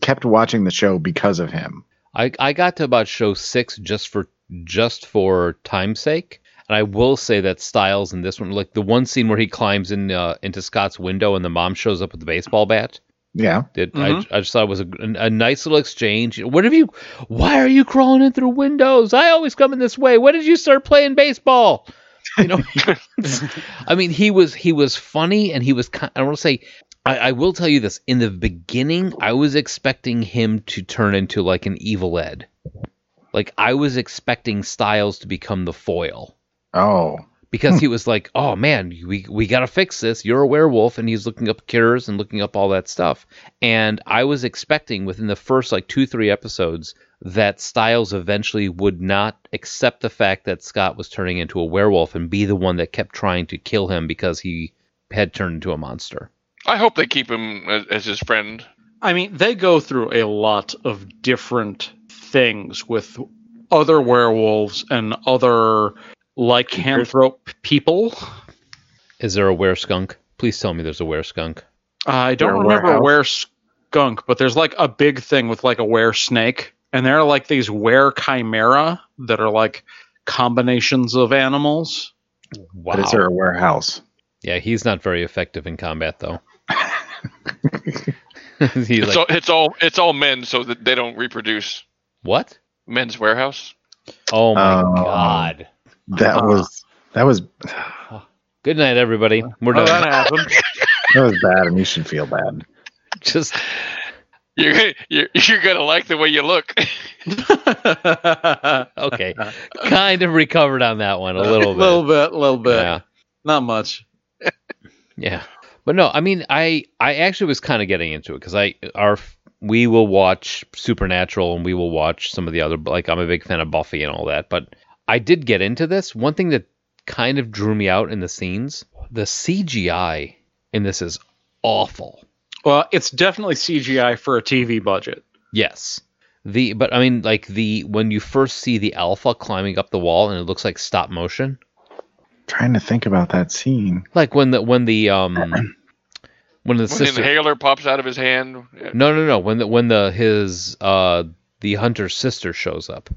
E: kept watching the show because of him
C: I, I got to about show six just for just for time's sake, and I will say that Styles in this one, like the one scene where he climbs in uh, into Scott's window and the mom shows up with the baseball bat.
E: yeah
C: It,
F: Mhm.
C: I, I just thought it was a, a nice little exchange. What have you? Why are you crawling in through windows? I always come in this way. When did you start playing baseball? You know, I mean, he was he was funny, and he was. ki- I want to say, I, I will tell you this: in the beginning, I was expecting him to turn into like an evil Ed. Like I was expecting Styles to become the foil
E: oh
C: because he was like, "Oh man, we we gotta fix this. You're a werewolf," and he's looking up cures and looking up all that stuff. And I was expecting within the first like two three episodes that Styles eventually would not accept the fact that Scott was turning into a werewolf and be the one that kept trying to kill him because he had turned into a monster.
D: I hope they keep him as, as his friend.
F: I mean, they go through a lot of different things with other werewolves and other lycanthrope people.
C: Is there a were skunk? Please tell me there's a were skunk.
F: Uh, I don't
E: Were-
F: remember
E: warehouse?
F: where skunk, but there's like a big thing with like a were snake, and there are like these were chimera that are like combinations of animals.
C: Wow.
E: but is there a warehouse
C: Yeah, he's not very effective in combat though. he's
D: It's
C: like,
D: all, it's all it's all men, so that they don't reproduce.
C: what?
D: Men's warehouse.
C: Oh my
E: Um,
C: god.
E: That
D: Uh-huh.
E: was that was
C: Good night, everybody. We're
B: Well,
C: done.
B: that happened.
E: that was bad, and you should feel bad.
C: Just
D: You're gonna- you're, you're gonna like the way you look.
F: a
C: okay. kind of recovered on that one a little bit.
F: little bit, little bit.
C: Yeah.
F: Not much.
C: Yeah. But no, I mean, I I actually was kind of getting into it because I our we will watch Supernatural and we will watch some of the other like I'm a big fan of Buffy and all that. But I did get into this. One thing that kind of drew me out in the scenes, the CGI in this is awful.
F: Well, it's definitely CGI for a TV budget.
C: Yes. The but I mean like the when you first see the alpha climbing up the wall and it looks like stop motion.
E: Trying to think about that scene.
C: Like when the when the um when the
D: When the
C: sister
D: inhaler pops out of his hand. Yeah.
C: No, no, no. When the when the his uh the hunter's sister shows up,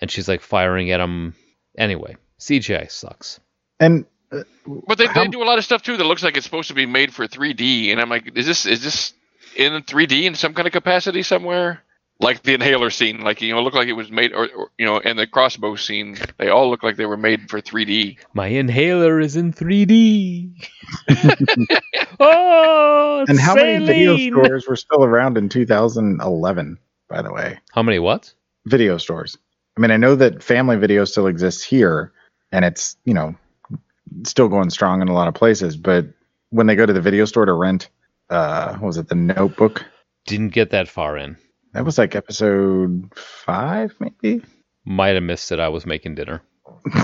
C: and she's like firing at him. Anyway, CGI sucks.
E: And
D: But they,
E: How-
D: they do a lot of stuff too that looks like it's supposed to be made for 3D, and I'm like, is this is this in 3D in some kind of capacity somewhere? Like the inhaler scene, like you know, looked like it was made, or, or you know, and the crossbow scene. They all look like they were made for 3D.
C: My inhaler is in 3D. oh,
E: and how many video
C: saline!
E: stores were still around in 2011? By the way,
C: How many what?
E: video stores. I mean, I know that Family Video still exists here, and it's you know still going strong in a lot of places. But when they go to the video store to rent, uh, what was it the Notebook?
C: Didn't get that far in.
E: That was like episode five, maybe.
C: Might have missed it. I was making dinner.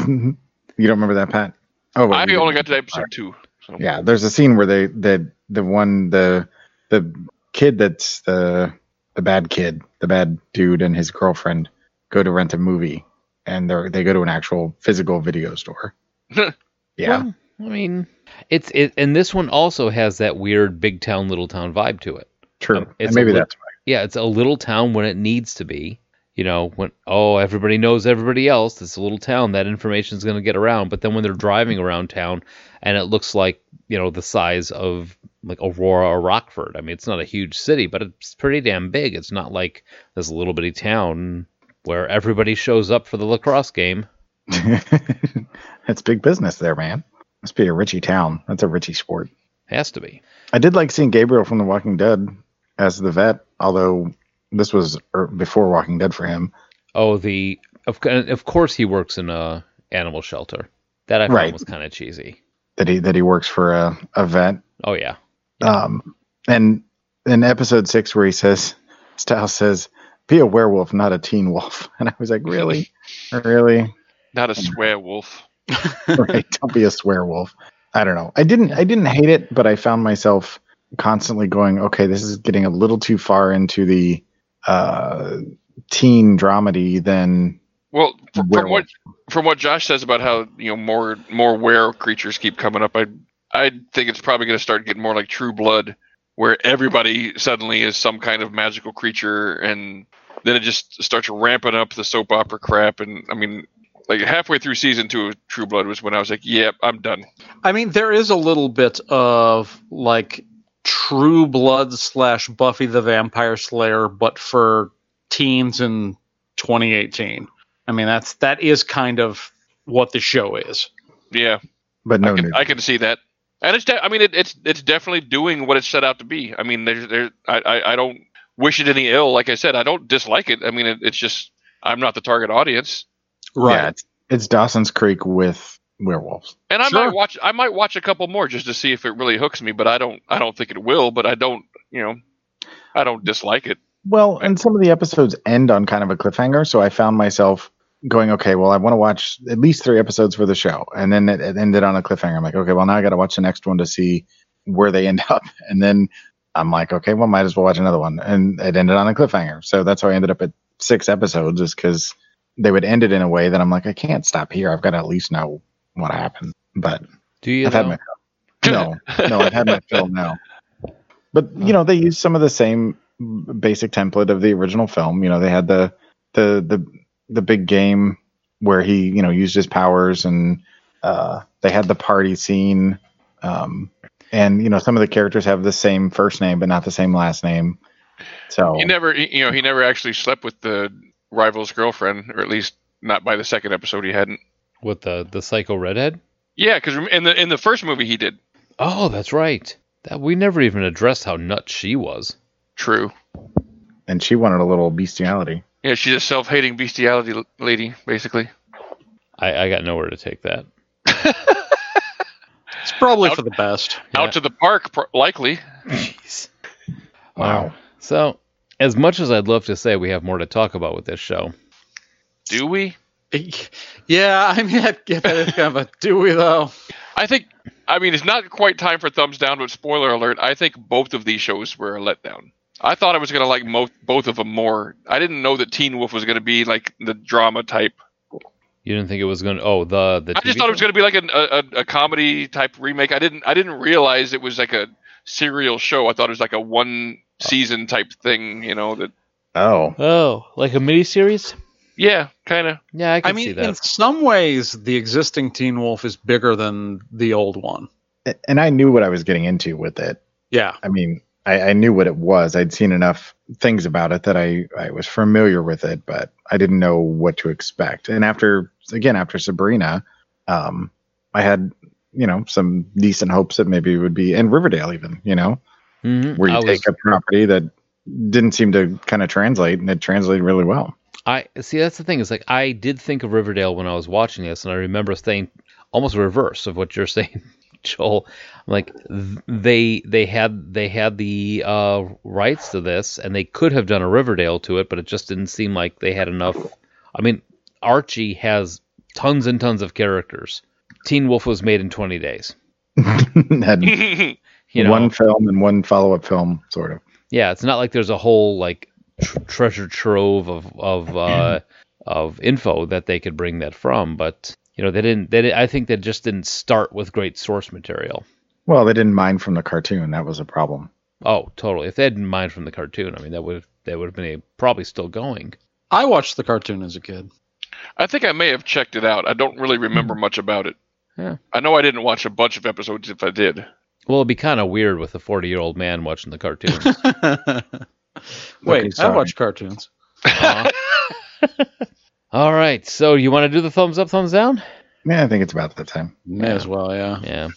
E: you don't remember that, Pat? Oh, wait,
D: I
E: you
D: only
E: did.
D: got to episode two. So.
E: Yeah, there's a scene where they the the one the the kid that's the the bad kid, the bad dude, and his girlfriend go to rent a movie, and they are they go to an actual physical video store. yeah,
C: Well, I mean, it's it, and this one also has that weird big town, little town vibe to it.
E: true.
C: um, it's
E: and maybe
C: a lit-
E: that's why.
C: yeah, it's a little town when it needs to be. You know, when oh everybody knows everybody else, it's a little town. That information's going to get around. But then when they're driving around town, and it looks like you know the size of like Aurora or Rockford. I mean, it's not a huge city, but it's pretty damn big. It's not like this little bitty town where everybody shows up for the lacrosse game.
E: that's big business there, man. Must be a Richie town. That's a Richie sport.
C: Has to be.
E: I did like seeing Gabriel from The Walking Dead as the vet, although this was er, before Walking Dead for him.
C: Oh, the of of course he works in a animal shelter. That I found
E: Right.
C: was kind of cheesy.
E: That he that he works for a, a vet
C: Oh yeah.
E: Um, and in episode six, where he says, Styles says, be a werewolf, not a teen wolf. And I was like, really? really?
D: Not a swear wolf.
E: right. Don't be a swearwolf. I don't know. I didn't, I didn't hate it, but I found myself constantly going, okay, this is getting a little too far into the, uh, teen dramedy than
D: Well, fr- from
E: Werewolf.
D: what from what Josh says about how you know more more were creatures keep coming up, I I think it's probably going to start getting more like True Blood, where everybody suddenly is some kind of magical creature, and then it just starts ramping up the soap opera crap. And I mean, like halfway through season two of True Blood was when I was like, "Yep, I'm done."
F: I mean, there is a little bit of like True Blood slash Buffy the Vampire Slayer, but for teens in 2018. I mean, that's that is kind of what the show is.
D: Yeah,
E: but no
D: I can
E: nudity.
D: I can see that. And it's de- I mean it, it's it's definitely doing what it's set out to be. I mean there's there I, I, I don't wish it any ill. Like I said, I don't dislike it. I mean it, it's just I'm not the target audience.
E: Yeah, it's, it's Dawson's Creek with werewolves.
D: And I
F: Sure.
D: might watch I might watch a couple more just to see if it really hooks me, but I don't I don't think it will, but I don't, you know, I don't dislike it.
E: Well, and some of the episodes end on kind of a cliffhanger, so I found myself going, okay, well, I want to watch at least three episodes for the show, and then it, it ended on a cliffhanger. I'm like, okay, well, now I got to watch the next one to see where they end up, and then I'm like, okay, well, might as well watch another one, and it ended on a cliffhanger. So that's how I ended up at six episodes, is because they would end it in a way that I'm like, I can't stop here. I've got to at least know what happened. But
C: Do you?
E: I've had
C: though?
E: my no, no, I've had my fill now. But you know, they used some of the same basic template of the original film. You know, they had the the the the big game where he you know used his powers, and uh, they had the party scene. Um, and you know, some of the characters have the same first name but not the same last name. So
D: He never he, you know, he never actually slept with the rival's girlfriend, or at least Not by the second episode, he hadn't.
C: With the the psycho redhead?
D: Yeah, because in the in the first movie he did.
C: Oh, that's right. That we never even addressed how nuts she was.
D: True.
E: And she wanted a little bestiality.
D: Yeah, she's a self-hating bestiality l- lady, basically.
C: I, I got nowhere to take that.
F: It's probably for the best.
D: Out to the park, pr- likely.
C: Jeez. So, as much as I'd love to say we have more to talk about with this show,
D: Do we?
F: Yeah, I mean, I get that. It's kind of a do we though?
D: I think. I mean, it's not quite time for thumbs down, but spoiler alert: I think both of these shows were a letdown. I thought I was gonna like mo- both of them more. I didn't know that Teen Wolf was gonna be like the drama type.
C: you didn't think it was going to. Oh, the the.
D: I just thought it was gonna be like an, a a- a comedy type remake. I didn't I didn't realize it was like a serial show. I thought it was like a one season type thing. You know that.
E: Oh.
C: Oh, like a mini series?
D: Yeah, kind of.
C: Yeah, I can
F: I
C: see
F: mean,
C: that.
F: in some ways, the existing Teen Wolf is bigger than the old one.
E: And I knew what I was getting into with it.
F: Yeah,
E: I mean, I, I knew what it was. I'd seen enough things about it that I, I was familiar with it, but I didn't know what to expect. And after, again, after Sabrina, um, I had, you know, some decent hopes that maybe it would be, and Riverdale even, you know,
C: Mhm.
E: where you
C: I was-
E: take a property that didn't seem to kind of translate and it translated really well.
C: I see. That's the thing. Is like I did think of Riverdale when I was watching this, and I remember saying almost reverse of what you're saying, Joel. Like th- they they had they had the uh, rights to this, and they could have done a Riverdale to it, but it just didn't seem like they had enough. I mean, Archie has tons and tons of characters. Teen Wolf was made in 20 days.
E: Had
C: You know,
E: one film and one follow up film, sort of.
C: yeah, it's not like there's a whole like tr- treasure trove of of uh, of info that they could bring that from, but you know they didn't. They did, I think they just didn't start with great source material.
E: Well, they didn't mind from the cartoon. That was a problem.
C: Oh, totally. If they hadn't mined from the cartoon, I mean that would they would have been probably still going.
F: I watched the cartoon as a kid.
D: I think I may have checked it out. I don't really remember much about it.
C: Hmm. Yeah.
D: I know I didn't watch a bunch of episodes if I did.
C: Well, it'd be kind of weird with a forty year old man watching the cartoon.
F: Wait, I
E: sorry.
F: watched cartoons.
C: Uh-huh. All right, so you want to do the thumbs up, thumbs down?
E: Yeah, I think it's about that time.
F: May as well, yeah.
C: Yeah.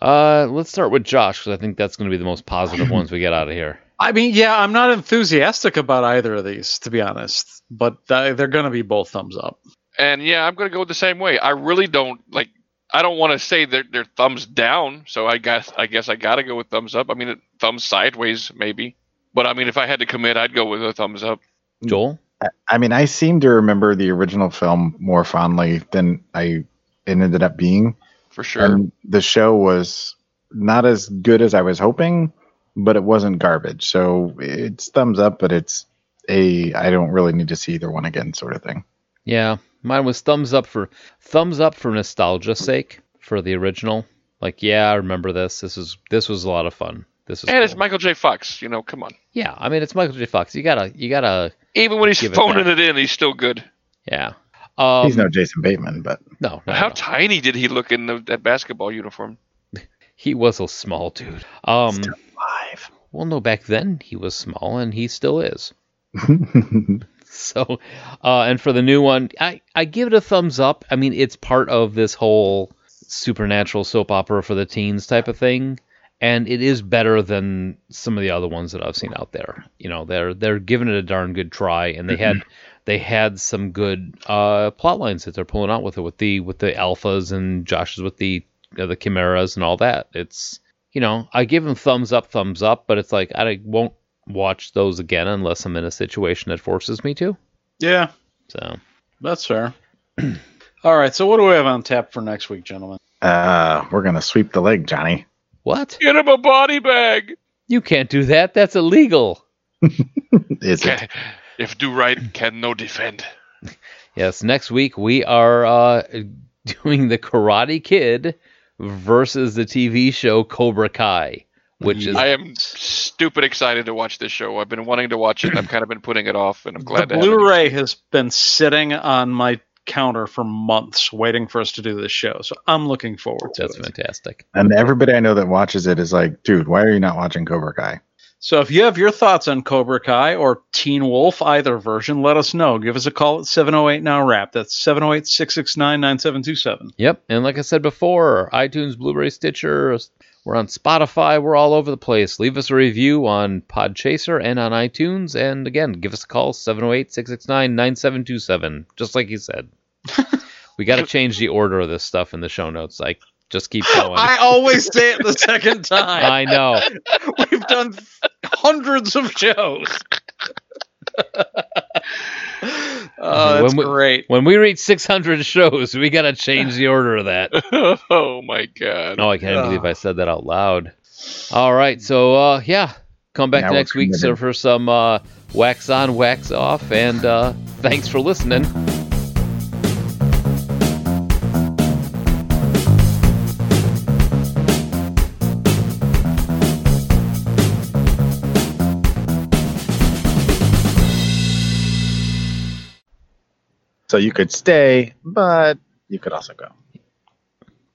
C: Uh, let's start with Josh because I think that's going to be the most positive ones we get out of here.
F: I mean, yeah, I'm not enthusiastic about either of these, to be honest, but th- they're going to be both thumbs up.
D: And yeah, I'm gonna go the same way. I really don't like. I don't want to say they're, they're thumbs down, so I guess I guess I gotta go with thumbs up. I mean, it- thumbs sideways maybe, but I mean, if I had to commit, I'd go with a thumbs up.
C: Joel.
E: I mean, I seem to remember the original film more fondly than I it ended up being.
D: For
C: Um,
D: sure.
E: And the show was not as good as I was hoping, but it wasn't garbage. So it's thumbs up, but it's a I don't really need to see either one again sort of thing.
C: Yeah, mine was thumbs up for thumbs up for nostalgia's sake for the original. Like, yeah, I remember this. This is this was a lot of fun. This is
D: And it's
C: cool.
D: Michael J. Fox. You know, come on.
C: yeah. I mean, it's Michael J. Fox. You gotta you gotta
D: Even when he's
C: Give it
D: phoning it, in, he's still good.
C: yeah. Um,
E: He's no Jason Bateman, but
C: no, no,
D: How
C: no.
D: tiny did he look in the, that basketball uniform?
C: he was a small dude. Um,
E: live.
C: well, no, back then he was small, and he still is. So, uh, and for the new one, I, I give it a thumbs up. I mean, it's part of this whole supernatural soap opera for the teens type of thing, and it is better than some of the other ones that I've seen out there. You know, they're they're giving it a darn good try, and they had they had some good uh, plot lines that they're pulling out with it with the with the alphas and Josh's with the uh, the chimeras and all that. It's you know, I give them thumbs up, thumbs up, but it's like I won't watch those again unless I'm in a situation that forces me to.
F: Yeah,
C: So
F: that's fair. All right, so what do we have on tap for next week, gentlemen?
E: uh, we're gonna sweep the leg, Johnny.
C: what?
D: Get him a body bag.
C: You can't do that. That's illegal.
E: Is it?
D: Can- if do right, can no defend.
C: Yes. Next week we are uh, doing the Karate Kid versus the TV show Cobra Kai, which is
D: I am stupid excited to watch this show. I've been wanting to watch it, and I've kind of been putting it off, and I'm glad to
F: the
D: have it.
F: Blu-ray has been sitting on my counter for months, waiting for us to do this show. So I'm looking forward to
C: that's
F: it.
C: fantastic.
E: And everybody I know that watches it is like, dude, why are you not watching Cobra Kai?
F: So if you have your thoughts on Cobra Kai or Teen Wolf, either version, let us know. Give us a call at 708 Now Rap. That's 708 669 9727.
C: Yep. And like I said before, iTunes, Blueberry, Stitcher, we're on Spotify. We're all over the place. Leave us a review on Podchaser and on iTunes. And again, give us a call, 708 669 9727, just like you said. we got to change the order of this stuff in the show notes. I just keep
D: Oh,
C: going.
F: I always say it the second time.
C: I know.
F: We've done hundreds of shows. oh, that's
C: When we-
F: great.
C: When we reach 600 shows, we got to change the order of that.
D: oh my god.
C: No, I can't
F: Ugh.
C: believe I said that out loud. All right, so uh, yeah, come back
E: Now
C: next
E: we're
C: week sir,
E: committed.
C: for some uh, wax on, wax off, and uh, thanks for listening.
E: So you could stay, but you could also go.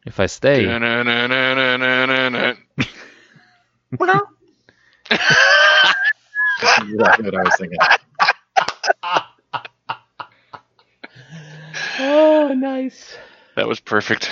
C: If I stay,
D: Na-na-na-na-na-na-na.
E: That's what I was thinking.
C: oh, nice.
D: That was perfect.